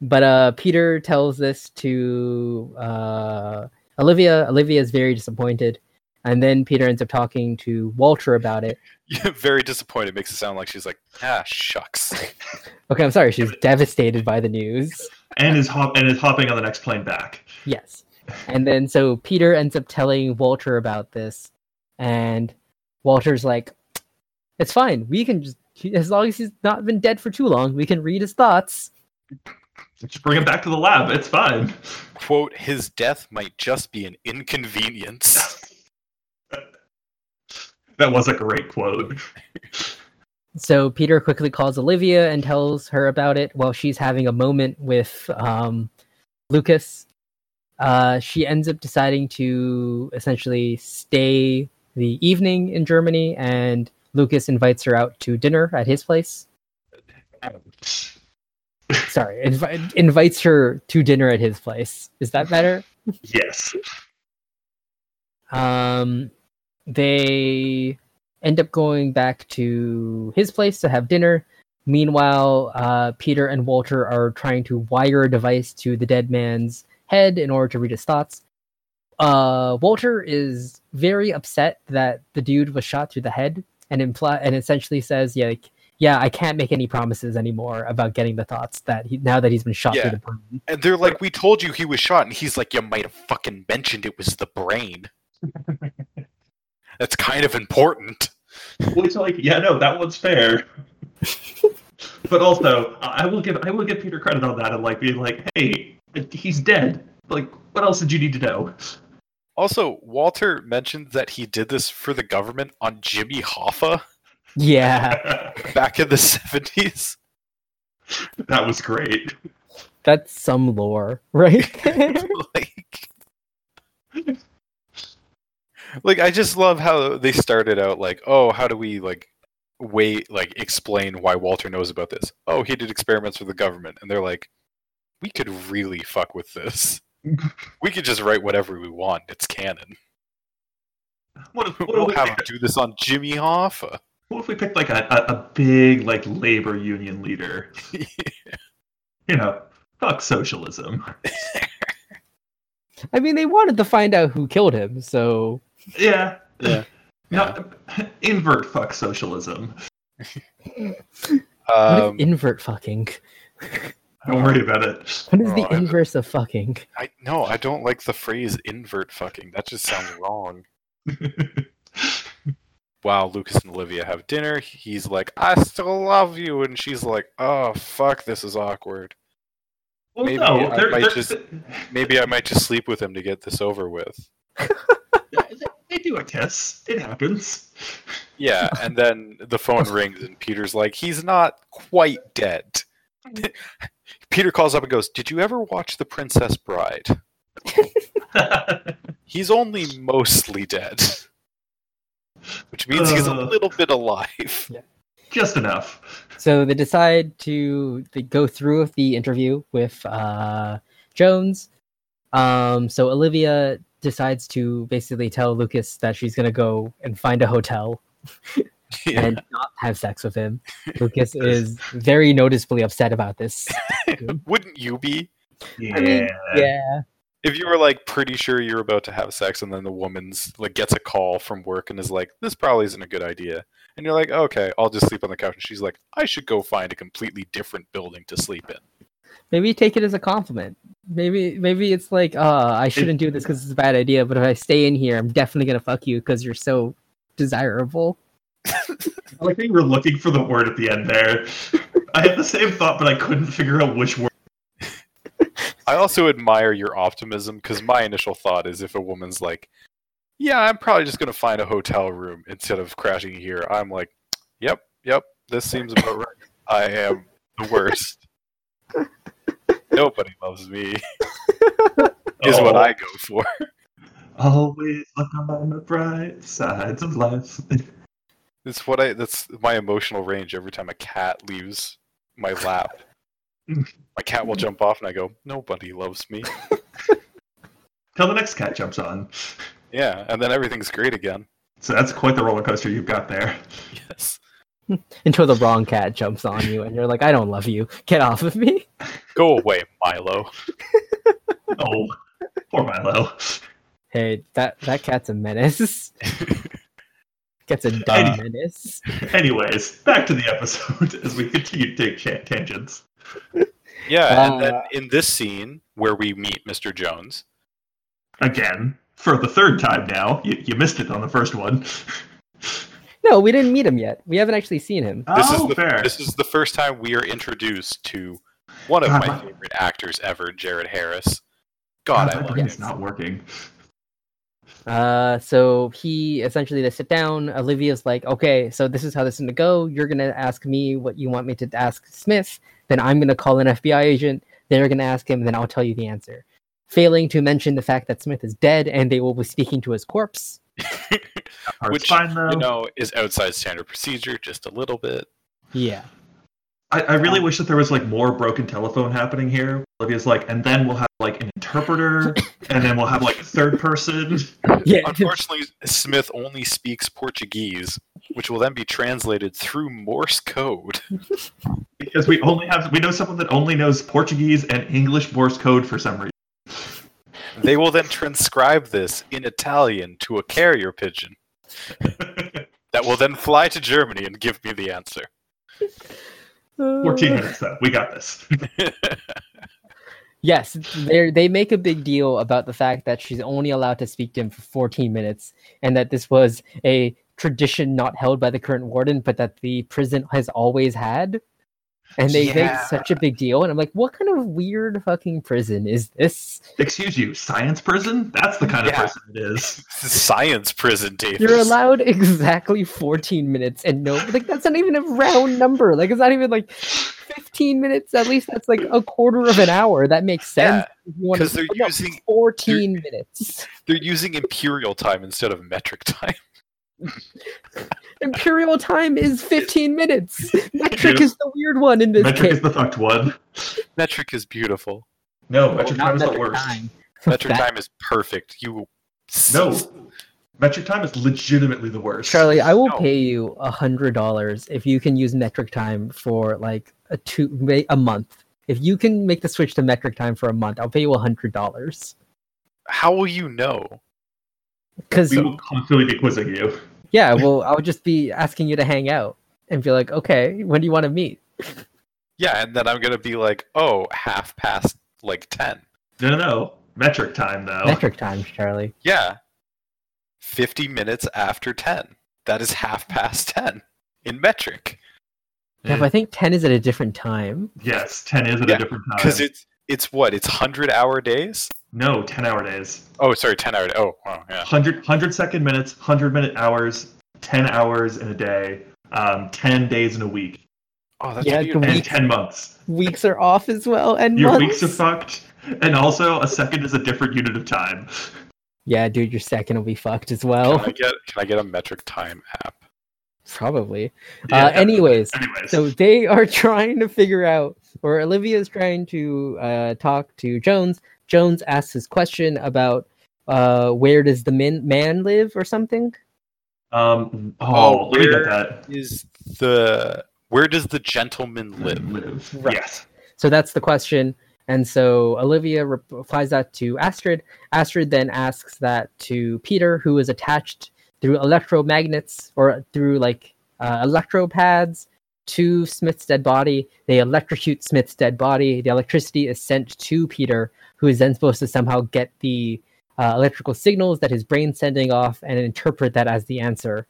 Speaker 3: but uh, Peter tells this to uh, Olivia. Olivia is very disappointed. And then Peter ends up talking to Walter about it.
Speaker 1: Yeah, Very disappointed. Makes it sound like she's like, ah, shucks.
Speaker 3: Okay, I'm sorry. She's devastated by the news.
Speaker 2: And is hop and is hopping on the next plane back.
Speaker 3: Yes. And then so Peter ends up telling Walter about this, and Walter's like, "It's fine. We can just as long as he's not been dead for too long, we can read his thoughts."
Speaker 2: Just bring him back to the lab. It's fine.
Speaker 1: Quote, his death might just be an inconvenience.
Speaker 3: [laughs]
Speaker 2: That was a great quote.
Speaker 3: So Peter quickly calls Olivia and tells her about it while she's having a moment with um, Lucas. Uh, she ends up deciding to essentially stay the evening in Germany, and Lucas invites her out to dinner at his place. sorry, invi- invites her to dinner at his place. Is that better?
Speaker 2: Yes.
Speaker 3: Um, they end up going back to his place to have dinner. Meanwhile, uh, Peter and Walter are trying to wire a device to the dead man's head in order to read his thoughts. Uh, Walter is very upset that the dude was shot through the head and imply and essentially says, "Yeah, like, yeah, I can't make any promises anymore about getting the thoughts that he- now that he's been shot
Speaker 1: Yeah.
Speaker 3: through the brain."
Speaker 1: And they're like, we told you he was shot. And he's like, you might have fucking mentioned it was the
Speaker 3: [laughs]
Speaker 1: brain. That's kind of important.
Speaker 2: Which, like, yeah, no, that
Speaker 1: [laughs]
Speaker 2: one's fair. but also, I I will give I will give Peter credit on that and like being like, hey, he's dead. Like, what else did you need to know? [laughs]
Speaker 1: Also, Walter mentioned that he did this for the government on Jimmy Hoffa
Speaker 3: [laughs] Yeah.
Speaker 1: back in the [laughs] 70s.
Speaker 2: that was great.
Speaker 3: That's some lore, [laughs] right? [laughs]
Speaker 1: like like i just love how they started out like oh how do we like wait like explain why walter knows about this oh he did experiments for the government and they're like we could really fuck with this we could just write whatever we want it's canon [laughs]
Speaker 2: What if, what
Speaker 1: we'll
Speaker 2: if
Speaker 1: have
Speaker 2: we,
Speaker 1: him do this on jimmy hoffa
Speaker 2: what if we picked like a, a, a big like labor
Speaker 1: [laughs]
Speaker 2: union leader? You know, fuck socialism.
Speaker 3: I mean, they wanted to find out who killed him, so
Speaker 2: Yeah.
Speaker 1: Yeah.
Speaker 2: [laughs] Not invert fuck socialism.
Speaker 3: what
Speaker 1: um,
Speaker 3: is invert fucking?
Speaker 2: Don't worry about it. [laughs]
Speaker 3: What is the
Speaker 1: oh, I-
Speaker 3: inverse of fucking?
Speaker 1: i no i don't like the phrase invert fucking that just sounds wrong while Lucas and Olivia have dinner, he's like, I still love you. And she's like, oh, fuck, this is awkward.
Speaker 2: Well,
Speaker 1: Maybe
Speaker 2: no,
Speaker 1: I
Speaker 2: they're,
Speaker 1: might
Speaker 2: they're,
Speaker 1: just- Maybe I might just sleep with him to get this over with.
Speaker 2: they do a kiss. It happens. [laughs]
Speaker 1: Yeah. And then the phone rings, and Peter's like, he's not quite dead. [laughs] Peter calls up and goes, Did you ever watch The Princess Bride? He's only mostly dead, [laughs] which means he's a
Speaker 2: Uh.
Speaker 1: little bit alive. [laughs]
Speaker 2: just enough.
Speaker 3: So they decide to they go through with the interview with uh, Jones. Um, so Olivia decides to basically tell Lucas that she's gonna go and find a hotel
Speaker 1: Yeah.
Speaker 3: and not have sex
Speaker 1: [laughs]
Speaker 3: with him. Lucas is very noticeably upset about this.
Speaker 1: Wouldn't you be?
Speaker 2: Yeah.
Speaker 3: I mean, yeah.
Speaker 1: if you were like pretty sure you're about to have sex and then the woman's like gets a call from work and is like this probably isn't a good idea And you're like, okay, I'll just sleep on the couch. And she's like, I should go find a completely different building to sleep in.
Speaker 3: Maybe take it as a compliment. Maybe maybe it's like, uh, I shouldn't do this because it's a bad idea. But if I stay in here, I'm definitely gonna fuck you because you're so desirable.
Speaker 2: I like that you were looking for the word at the end there. I had the same thought, but I couldn't figure out which word.
Speaker 1: I also admire your optimism because my initial thought is if a woman's like, yeah, I'm probably just going to find a hotel room instead of crashing here, I'm like, yep, yep, this seems about right. I am the worst. Nobody loves me, is what
Speaker 2: Oh.
Speaker 1: I go for.
Speaker 2: Always look on the bright sides of life. [laughs]
Speaker 1: It's what I, that's my emotional range every time a cat leaves my
Speaker 2: [laughs]
Speaker 1: lap. My cat will jump off and I go, nobody loves me.
Speaker 2: Till the next cat jumps on.
Speaker 1: Yeah, and then everything's great again.
Speaker 2: So that's quite the roller coaster you've got there. [laughs]
Speaker 1: Yes.
Speaker 3: Until the wrong cat jumps on you and you're like, I don't love you. Get off of me.
Speaker 1: Go away, Milo.
Speaker 2: Oh, poor Milo.
Speaker 3: Hey, that, that cat's a menace. Cat's a dumb
Speaker 2: Hey.
Speaker 3: menace.
Speaker 2: Anyways, back to the episode [laughs] as we continue to take cha- tangents.
Speaker 1: Yeah, and then
Speaker 3: Uh,
Speaker 1: in this scene where we meet Mr. Jones,
Speaker 2: Again, for the third time now. You, you missed it on the first one. [laughs]
Speaker 3: No, we didn't meet him yet. We haven't actually seen him.
Speaker 1: this
Speaker 2: oh,
Speaker 1: is the
Speaker 2: fair.
Speaker 1: this is the first time we are introduced to one of
Speaker 2: God,
Speaker 1: my
Speaker 2: my-
Speaker 1: favorite actors ever, Jared Harris.
Speaker 2: God,
Speaker 1: God, I
Speaker 2: my
Speaker 1: love
Speaker 2: brain's
Speaker 1: him.
Speaker 2: not working.
Speaker 3: Uh, so he essentially they sit down. Olivia's like, okay, so this is how this is gonna go. You're gonna ask me what you want me to ask Smith. Then I'm gonna call an FBI agent. They're gonna ask him, and then I'll tell you the answer. Failing to mention the fact that Smith is dead and they will be speaking to his corpse.
Speaker 2: Heart's
Speaker 1: Which,
Speaker 2: fine, though.
Speaker 1: You know, is outside standard procedure just a little bit.
Speaker 3: Yeah.
Speaker 2: I, I
Speaker 1: um,
Speaker 2: really wish that there was like more broken telephone happening here. Olivia's like, and then we'll have like an interpreter, and then we'll have like a third person. [laughs]
Speaker 3: Yeah.
Speaker 1: Unfortunately, Smith only speaks Portuguese, which will then be translated through Morse code.
Speaker 2: Because we only have we know someone that only knows Portuguese and English Morse code for some reason. [laughs]
Speaker 1: They will then transcribe this in Italian to a carrier pigeon that will then fly to Germany and give me the answer.
Speaker 2: Fourteen minutes though. We got this. [laughs]
Speaker 3: Yes, they they make a big deal about the fact that she's only allowed to speak to him for 14 minutes, and that this was a tradition not held by the current warden, but that the prison has always had. And they
Speaker 2: Yeah.
Speaker 3: make such a big deal, and I'm like, what kind of weird fucking prison is this?
Speaker 2: Excuse you, science prison? That's the kind of
Speaker 1: Yeah.
Speaker 2: person
Speaker 1: [laughs]
Speaker 2: it is.
Speaker 1: Science prison, Davis.
Speaker 3: You're allowed exactly 14 minutes, and no, like that's not even a round number. Like it's not even like 15 minutes. At least that's like a quarter of an hour. That makes sense. if you wanna-
Speaker 1: 'cause they're
Speaker 3: no,
Speaker 1: using-
Speaker 3: 14 minutes.
Speaker 1: They're using imperial time instead of metric time. [laughs]
Speaker 3: Imperial time is
Speaker 2: [laughs]
Speaker 3: 15 minutes. Metric
Speaker 2: Yeah.
Speaker 3: is the weird one in this
Speaker 2: Metric is
Speaker 3: case.
Speaker 2: the fucked one.
Speaker 1: Metric is beautiful.
Speaker 2: No, metric
Speaker 3: Not
Speaker 2: time is the
Speaker 3: metric
Speaker 2: worst.
Speaker 3: time.
Speaker 1: Metric
Speaker 3: That-
Speaker 1: time is perfect. You
Speaker 2: No. Metric time is legitimately the worst.
Speaker 3: Charlie, I will
Speaker 1: No.
Speaker 3: pay you a hundred dollars if you can use metric time for like a two ma- a month. If you can make the switch to metric time for a month, I'll pay you a hundred dollars.
Speaker 1: How will you know?
Speaker 3: Because
Speaker 2: we will constantly be quizzing you.
Speaker 3: yeah, well, I'll just be asking you to hang out and be like, okay, when do you want to meet?
Speaker 1: Yeah, and then I'm gonna be like, oh, half past like ten.
Speaker 2: No, no, no. Metric time though.
Speaker 3: Metric time, Charlie.
Speaker 1: Yeah. 50 minutes after 10. That is half past 10 in metric.
Speaker 3: Yeah, but I think ten is at a different time.
Speaker 2: Yes, ten is at
Speaker 1: Yeah,
Speaker 2: a different time.
Speaker 1: Because it's it's what? It's 100 hour days?
Speaker 2: no, ten hour days.
Speaker 1: Oh, sorry, 10 hour. Oh, wow, yeah.
Speaker 2: 100, 100 second minutes, 100 minute hours, 10 hours in a day, um, 10 days in a week,
Speaker 1: Oh, that's
Speaker 3: Yeah,
Speaker 1: weird.
Speaker 3: the
Speaker 2: and
Speaker 3: Weeks.
Speaker 2: 10 months.
Speaker 3: Weeks are off as well, and
Speaker 2: Your weeks
Speaker 3: months.
Speaker 2: are fucked. And also, a second is a different unit of
Speaker 3: Uh,
Speaker 2: time.
Speaker 3: yeah, dude, your second will be fucked as
Speaker 1: Can
Speaker 3: well.
Speaker 1: I get can I get a metric time app?
Speaker 3: [laughs] Probably.
Speaker 2: Yeah.
Speaker 3: Uh, anyways,
Speaker 2: Anyways,
Speaker 3: so they are [laughs] trying to figure out, or Olivia is trying to uh, talk to Jones. Jones asks his question about uh, where does the min- man live or something.
Speaker 2: um, oh,
Speaker 1: Oh,
Speaker 2: let me get
Speaker 1: where-
Speaker 2: that.
Speaker 1: Is the where does the gentleman live?
Speaker 2: Live.
Speaker 3: Right.
Speaker 2: Yes.
Speaker 3: So that's the question. And so Olivia rep- replies that to Astrid. Astrid then asks that to Peter, who is attached through electromagnets or through like uh, electro pads to Smith's dead body. They electrocute Smith's dead body. The electricity is sent to Peter, who is then supposed to somehow get the uh, electrical signals that his brain's sending off and interpret that as the answer.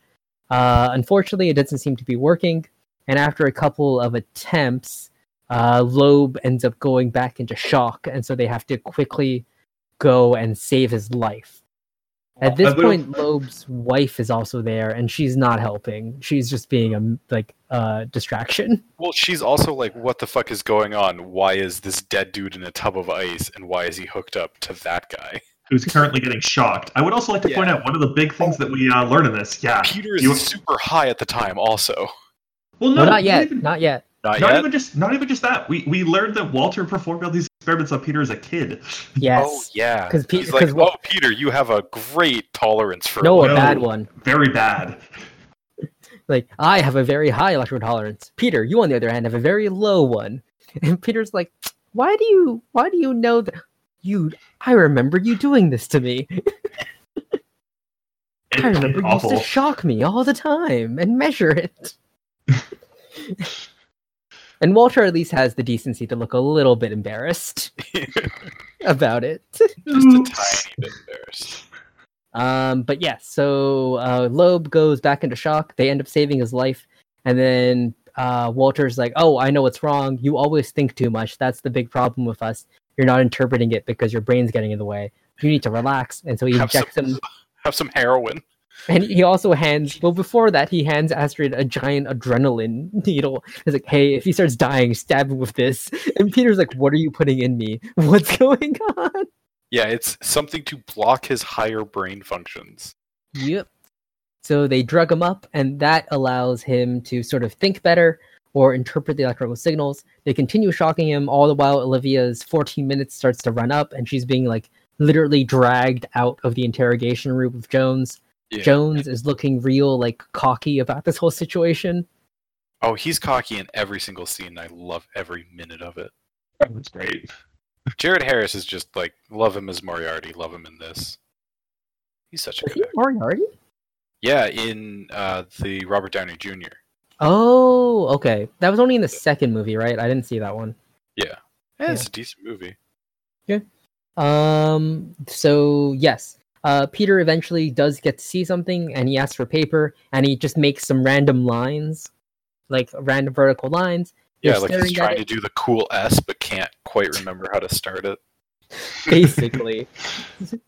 Speaker 3: Uh, unfortunately, it doesn't seem to be working. And after a couple of attempts, uh, Loeb ends up going back into shock, and so they have to quickly go and save his life. At this
Speaker 2: I would've-
Speaker 3: point, Loeb's wife is also there, and she's not helping. She's just being a like uh, distraction.
Speaker 1: Well, she's also like, what the fuck is going on? Why is this dead dude in a tub of ice, and why is he hooked up to that guy?
Speaker 2: who's currently getting shocked. I would also like to
Speaker 1: Yeah.
Speaker 2: point out one of the big things that we uh, learn in this. Yeah.
Speaker 1: Peter is
Speaker 2: You-
Speaker 1: super high at the time, also.
Speaker 2: Well, no,
Speaker 3: well, not yet.
Speaker 2: even-
Speaker 3: Not yet.
Speaker 1: Not,
Speaker 2: not
Speaker 1: yet?
Speaker 2: even just not even just that. We we learned that Walter performed all these experiments on Peter as a kid.
Speaker 3: Yes.
Speaker 1: Oh yeah,
Speaker 3: 'Cause Pe-
Speaker 1: he's like,
Speaker 3: 'cause what-
Speaker 1: oh Peter, you have a great tolerance for
Speaker 3: no, a
Speaker 2: No.
Speaker 3: bad one.
Speaker 2: Very bad.
Speaker 3: Like, I have a very high electrical tolerance. Peter, you on the other hand have a very low one. [laughs] And Peter's like, why do you why do you know that you I remember you doing this to me.
Speaker 2: It-
Speaker 3: I remember you used
Speaker 2: awful.
Speaker 3: to shock me all the time and measure it. [laughs] and Walter at least has the decency to look a little bit embarrassed about it.
Speaker 1: just a
Speaker 2: Oops.
Speaker 1: tiny bit embarrassed.
Speaker 3: Um, but yeah, so uh, Loeb goes back into shock. They end up saving his life, and then uh, Walter's like, "Oh, I know what's wrong. You always think too much. That's the big problem with us. You're not interpreting it because your brain's getting in the way. You need to relax." And so he
Speaker 1: Have some-
Speaker 3: injects him,
Speaker 1: [laughs] Have some heroin.
Speaker 3: and he also hands. Well, before that, he hands Astrid a giant adrenaline [laughs] needle. He's like, "Hey, if he starts dying, stab him with this." And Peter's like, "What are you putting in me? [laughs] What's going on?"
Speaker 1: Yeah, it's something to block his higher brain functions.
Speaker 3: Yep. So they drug him up, and that allows him to sort of think better or interpret the electrical signals. They continue shocking him, all the while Olivia's 14 minutes starts to run up, and she's being like literally dragged out of the interrogation room with Jones.
Speaker 1: Yeah.
Speaker 3: Jones is looking real like cocky about this whole situation.
Speaker 1: Oh, he's cocky in every single scene. I love every minute of it.
Speaker 2: That was great.
Speaker 1: Jared Harris is just like love him as Moriarty, love him in this. He's such a
Speaker 3: Was
Speaker 1: good
Speaker 3: he
Speaker 1: actor.
Speaker 3: Moriarty?
Speaker 1: Yeah, in uh, the Robert Downey Jr.
Speaker 3: Oh, okay. That was only in the second movie, right? I didn't see that one.
Speaker 1: Yeah. Eh, It's a decent movie.
Speaker 3: Um. So yes, uh, Peter eventually does get to see something, and he asks for paper, and he just makes some random lines, like random vertical lines. They're
Speaker 1: Yeah, like he's
Speaker 3: staring at
Speaker 1: trying to do the cool S but can't quite remember how to start it.
Speaker 3: basically.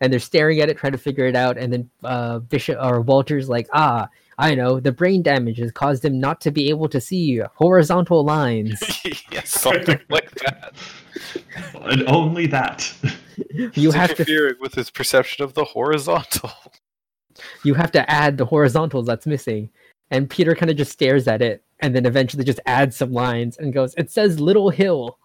Speaker 3: and they're staring at it, trying to figure it out. And then uh, Bishop or Walter's like, "Ah, I know. The brain damage has caused him not to be able to see
Speaker 1: [laughs]
Speaker 3: horizontal lines.
Speaker 2: [laughs]
Speaker 1: yeah, something like that.
Speaker 2: And only that. [laughs]
Speaker 3: You
Speaker 1: It's
Speaker 3: have to,
Speaker 1: interfering with his perception of the horizontal. [laughs]
Speaker 3: you have to add the horizontals that's missing." And Peter kind of just stares at it, and then eventually just adds some lines and goes, "It says Little Hill."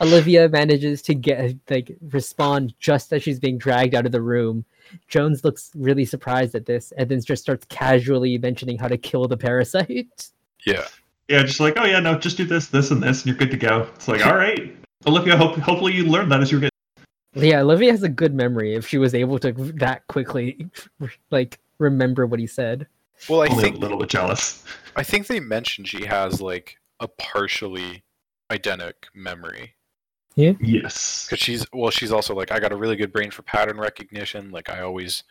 Speaker 3: Olivia manages to get like respond just as she's being dragged out of the room. Jones looks really surprised at this and then just starts casually mentioning how to kill the parasite. [laughs]
Speaker 1: Yeah.
Speaker 2: Yeah, just like, oh yeah, no, just do this, this, and this, and you're good to go. It's like, all right, Olivia. Hope, hopefully, you learned that as you're getting.
Speaker 3: Yeah, Olivia has a good memory if she was able to that quickly [laughs] like remember what he said.
Speaker 1: Well, I
Speaker 2: Only
Speaker 1: think
Speaker 2: a little bit jealous.
Speaker 1: I think they mentioned she has like a partially identical memory
Speaker 2: Yes.
Speaker 1: because she's well, she's also like I got a really good brain for pattern recognition. Like I always,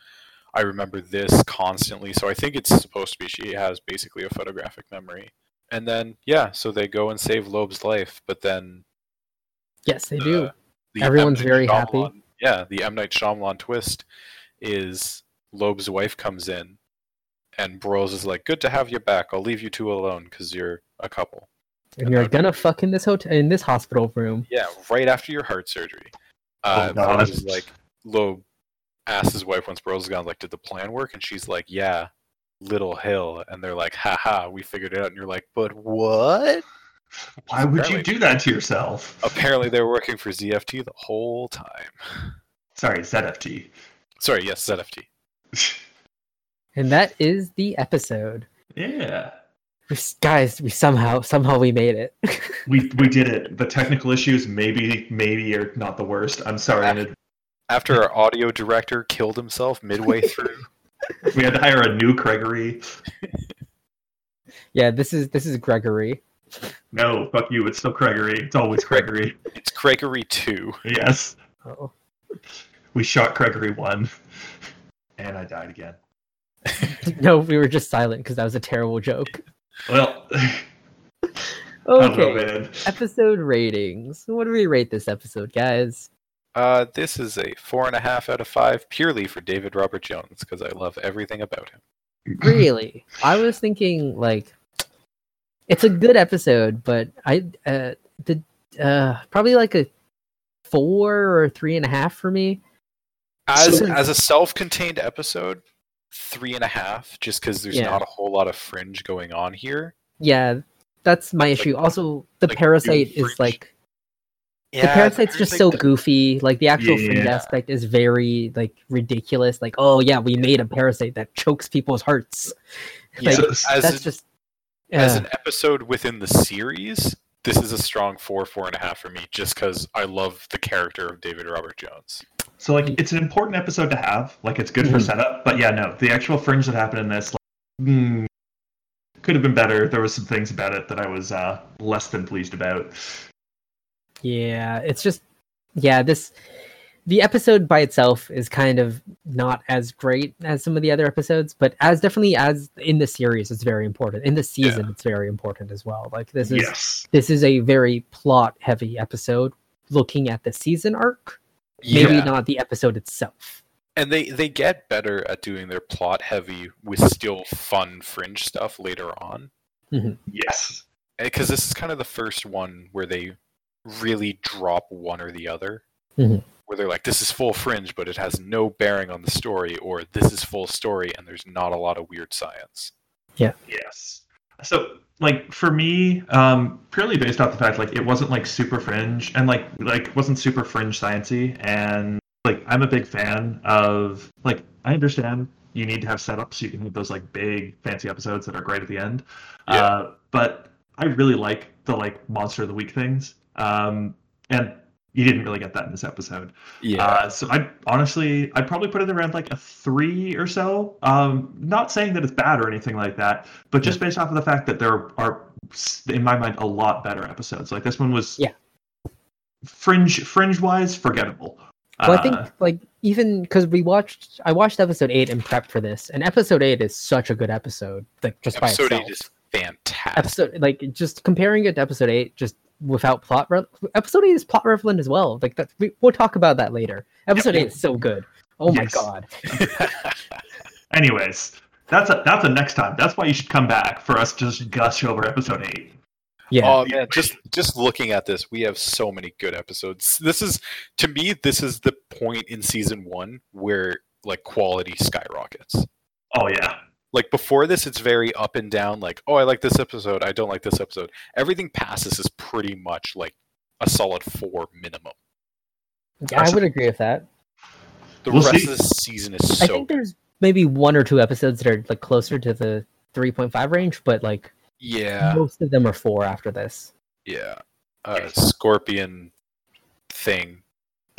Speaker 1: I remember this constantly. So I think it's supposed to be she has basically a photographic memory. And then yeah, so they go and save Loeb's life, but then
Speaker 3: Yes, they do.
Speaker 1: Uh, the
Speaker 3: Everyone's
Speaker 1: Night
Speaker 3: very happy.
Speaker 1: Shyamalan- Yeah, the M Night Shyamalan twist is Loeb's wife comes in, and Broz is like, "Good to have you back. I'll leave you two alone because you're a couple."
Speaker 3: and you're gonna fuck in this hotel in this hospital room.
Speaker 1: Yeah, right after your heart surgery. Uh,
Speaker 2: Oh, God.
Speaker 1: Broz is like, Loeb asks his wife once Broz is gone, like, "Did the plan work?" And she's like, "Yeah." Little Hill, and they're like, "Ha ha, we figured it out." And you're like, "But what?"
Speaker 2: Why would you
Speaker 1: Apparently-
Speaker 2: do that to yourself?
Speaker 1: Apparently, they were working for ZFT the whole time.
Speaker 2: Sorry, ZFT.
Speaker 1: Sorry, yes, ZFT.
Speaker 3: And that is the episode.
Speaker 2: [laughs] yeah.
Speaker 3: We- Guys, we somehow somehow we made it. [laughs]
Speaker 2: We we did it. The technical issues maybe maybe are not the worst. I'm sorry. in ad-
Speaker 3: [laughs]
Speaker 1: after our audio director killed himself midway through.
Speaker 2: we had to hire a new Gregory.
Speaker 3: Yeah, this is this is Gregory.
Speaker 2: No, fuck you. It's still Gregory. It's always
Speaker 3: [laughs]
Speaker 2: Gregory.
Speaker 1: It's Gregory 2.
Speaker 2: Yes.
Speaker 3: Oh.
Speaker 2: We shot Gregory one, and I died again.
Speaker 3: [laughs] No, we were just silent because that was a terrible joke.
Speaker 2: Well, [laughs] I don't know,
Speaker 3: Okay.
Speaker 2: man.
Speaker 3: Episode ratings. What do we rate this episode, guys?
Speaker 1: Uh, this is a 4.5 out of 5 purely for David Robert Jones because I love everything about him.
Speaker 3: Really? I was thinking like it's a good episode, but I uh the uh probably like a four or three and a half for me.
Speaker 1: As,
Speaker 3: So-
Speaker 1: as a self contained episode, 3.5, just because there's
Speaker 3: Yeah.
Speaker 1: not a whole lot of fringe going on here.
Speaker 3: Yeah, that's my issue. also, the
Speaker 1: like,
Speaker 3: parasite
Speaker 1: dude,
Speaker 3: is
Speaker 1: fringe.
Speaker 3: like
Speaker 1: Yeah,
Speaker 3: the parasite's just so goofy. Like the actual fringe
Speaker 2: Yeah.
Speaker 3: aspect is very like ridiculous. Like, oh yeah, we made a parasite that chokes people's hearts.
Speaker 1: Yeah,
Speaker 3: Like,
Speaker 2: So-
Speaker 1: as,
Speaker 3: that's
Speaker 1: an,
Speaker 3: just
Speaker 1: as
Speaker 3: uh,
Speaker 1: an episode within the series, this is a strong 4, 4.5 for me just because I love the character of David Robert Jones.
Speaker 2: So like it's an important episode to have. Like it's good for
Speaker 3: Mhm.
Speaker 2: setup, but yeah, no, the actual fringe that happened in this like, mm, could have been better. There was some things about it that I was uh, less than pleased about.
Speaker 3: yeah. It's just yeah. This the episode by itself is kind of not as great as some of the other episodes, but as definitely as in the series, it's very important. In the season, it's very important as well. Like this is
Speaker 2: yes.
Speaker 3: this is a very plot heavy episode looking at the season arc maybe
Speaker 2: Yeah.
Speaker 3: not the episode itself
Speaker 1: and they they get better at doing their plot heavy with still fun fringe stuff later on
Speaker 2: Yes.
Speaker 1: because this is kind of the first one where they really drop one or the other
Speaker 3: Mhm.
Speaker 1: where they're like this is full fringe but it has no bearing on the story or this is full story and there's not a lot of weird science
Speaker 2: Yes. So like for me, um, purely based off the fact like it wasn't like super fringe and like like wasn't super fringe sciency and like I'm a big fan of like I understand you need to have setups so you can have those like big fancy episodes that are great at the end.
Speaker 1: Yeah.
Speaker 2: Uh, but I really like the like monster of the week things. Um, and you didn't really get that in this episode. Uh, so I honestly, I'd probably put it around like a three or so. Um, not saying that it's bad or anything like that, but just based off of the fact that there are, in my mind, a lot better episodes. Like this one was,
Speaker 3: Yeah.
Speaker 2: fringe fringe wise, forgettable.
Speaker 3: well i
Speaker 2: Uh,
Speaker 3: think like even because we watched i watched episode 8 and prep for this and episode 8 is such a good episode like just
Speaker 1: episode
Speaker 3: by
Speaker 1: 8
Speaker 3: itself
Speaker 1: is fantastic
Speaker 3: episode like just comparing it to episode 8 just without plot re- episode 8 is plot relevant as well like that we, we'll talk about that later episode
Speaker 2: yeah.
Speaker 3: 8 is so good oh my
Speaker 2: Yes.
Speaker 3: god
Speaker 2: anyways, that's a that's a next time. That's why you should come back for us to just gush over episode eight.
Speaker 3: yeah
Speaker 1: Oh man, just just looking at this, we have so many good episodes. This is to me, this is the point in season one where like quality skyrockets.
Speaker 2: Oh yeah,
Speaker 1: Like before this, it's very up and down. Like, oh, I like this episode. I don't like this episode. Everything past this is pretty much like a solid four minimum.
Speaker 3: yeah i would agree with that
Speaker 1: The
Speaker 2: We'll
Speaker 1: rest
Speaker 2: see.
Speaker 1: of the season is
Speaker 3: I
Speaker 1: so.
Speaker 3: think there's maybe one or two episodes that are like closer to the 3.5 range, but like
Speaker 1: yeah,
Speaker 3: most of them are four after this.
Speaker 1: yeah. Uh, scorpion thing.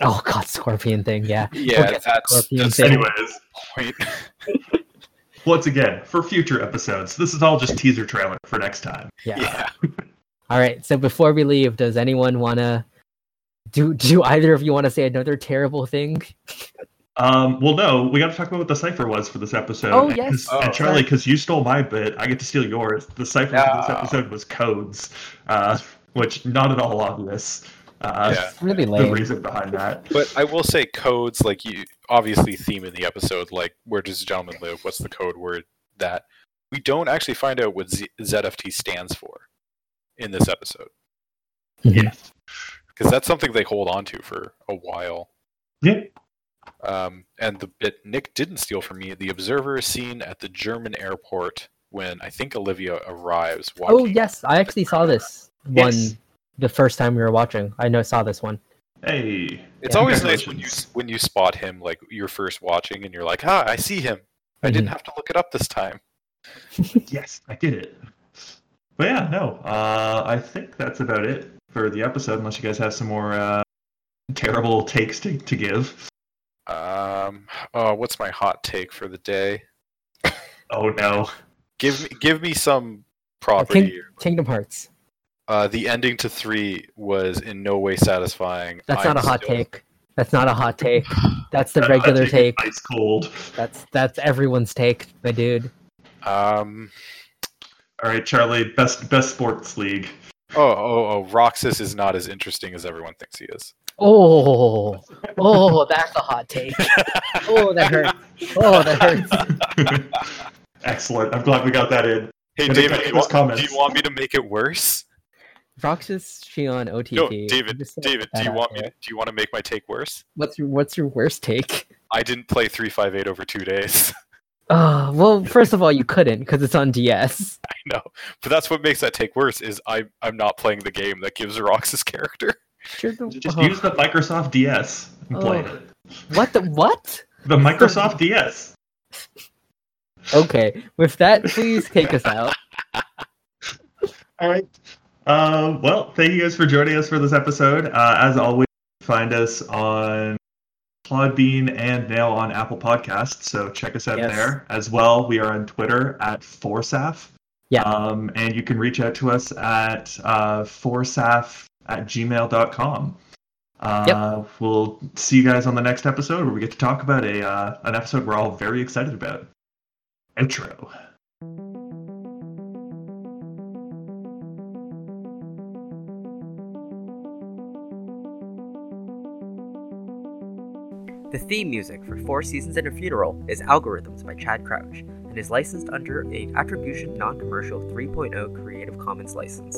Speaker 3: Oh god, scorpion thing, yeah.
Speaker 1: Yeah,
Speaker 3: get to
Speaker 1: that's,
Speaker 3: Scorpion
Speaker 1: that's
Speaker 3: thing.
Speaker 1: the
Speaker 2: anyways.
Speaker 1: point. [laughs]
Speaker 2: Once again, for future episodes, this is all just teaser trailer for next time.
Speaker 3: Yeah.
Speaker 1: yeah.
Speaker 3: All right, so before we leave, does anyone want to do do either of you want to say another terrible thing?
Speaker 2: Um, well, no, we got to talk about what the cipher was for this episode.
Speaker 3: Oh,
Speaker 2: And
Speaker 3: yes.
Speaker 2: 'cause-
Speaker 1: Oh,
Speaker 2: and Charlie, because you stole my bit, I get to steal yours. The cipher for this
Speaker 1: No.
Speaker 2: episode was codes, uh, which not at all obvious. Uh,
Speaker 1: Yeah.
Speaker 3: It's really
Speaker 2: The
Speaker 3: lame.
Speaker 2: reason behind that.
Speaker 1: But I will say codes like you obviously theme in the episode like where does a gentleman live? What's the code word that we don't actually find out what Z- ZFT stands for in this episode
Speaker 2: yeah.
Speaker 1: because that's something they hold on to for a while.
Speaker 2: Yeah.
Speaker 1: Um, and the bit Nick didn't steal from me, the observer is seen at the German airport when I think Olivia arrives.
Speaker 3: Oh
Speaker 1: Walking.
Speaker 3: yes, I actually saw this one
Speaker 2: Yes.
Speaker 3: the first time we were watching. I know I saw this one.
Speaker 2: Hey.
Speaker 1: It's
Speaker 3: Yeah.
Speaker 1: always nice
Speaker 3: [laughs]
Speaker 1: when you
Speaker 2: Congratulations.
Speaker 1: when you spot him like you're first watching and you're like, ah, I see him. I
Speaker 3: Mm-hmm.
Speaker 1: didn't have to look it up this time.
Speaker 2: Yes, I did it. But yeah, no, uh, I think that's about it for the episode, unless you guys have some more uh, terrible takes to, to give.
Speaker 1: Um, oh, what's my hot take for the day?
Speaker 2: Oh no.
Speaker 1: Give give me some
Speaker 3: Oh,
Speaker 1: property.
Speaker 3: King- Kingdom Hearts.
Speaker 1: Uh, the ending to three was in no way satisfying.
Speaker 3: That's
Speaker 1: I'm
Speaker 3: not a hot
Speaker 1: still-
Speaker 3: take. That's not a hot take. That's
Speaker 1: [laughs]
Speaker 3: the
Speaker 2: That [laughs]
Speaker 3: regular
Speaker 2: hot is
Speaker 3: take.
Speaker 2: Ice cold.
Speaker 3: That's that's everyone's take, my dude.
Speaker 1: Um.
Speaker 2: All right, Charlie. Best best sports league.
Speaker 1: Oh, oh, oh! Roxas is not as interesting as everyone thinks he is.
Speaker 3: Oh, oh, that's a
Speaker 1: [laughs]
Speaker 3: hot take. Oh, that hurts. Oh, that hurts.
Speaker 2: [laughs] Excellent. I'm glad we got that in.
Speaker 1: Hey,
Speaker 2: Gonna
Speaker 1: David,
Speaker 2: cut
Speaker 1: do you,
Speaker 2: those
Speaker 1: want, do
Speaker 2: comments.
Speaker 1: you want me to make it worse?
Speaker 3: Roxas Shion OTP.
Speaker 1: No,
Speaker 3: I'm
Speaker 1: David,
Speaker 3: just gonna
Speaker 1: David,
Speaker 3: put
Speaker 1: do
Speaker 3: that
Speaker 1: you
Speaker 3: out
Speaker 1: want me?
Speaker 3: there.
Speaker 1: To, do you want to make my take worse?
Speaker 3: What's your What's your worst take?
Speaker 1: I didn't play three five eight over two days. [laughs]
Speaker 3: Oh, well, first of all, you couldn't because it's on DS.
Speaker 1: I know, but that's what makes that take worse. Is I I'm not playing the game that gives Roxas character.
Speaker 3: Sure, the-
Speaker 2: Just
Speaker 3: oh,
Speaker 2: use the Microsoft DS and play
Speaker 3: Oh.
Speaker 2: it.
Speaker 3: what the what?
Speaker 2: The Microsoft DS.
Speaker 3: Okay, with that, please take us out.
Speaker 2: All right. Uh, well, thank you guys for joining us for this episode. Uh, as always, you can find us on Podbean and now on Apple Podcasts. So check us out
Speaker 3: Yes.
Speaker 2: there as well. We are on Twitter at Forsaf.
Speaker 3: Yeah.
Speaker 2: Um, and you can reach out to us at uh, forsaf at gmail.com. Uh, We'll see you guys on the next episode where we get to talk about a uh, an episode we're all very excited about. Outro.
Speaker 4: The theme music for Four Seasons and a Funeral is Algorithms by Chad Crouch and is licensed under a Attribution Non Commercial 3.0 Creative oh Commons license.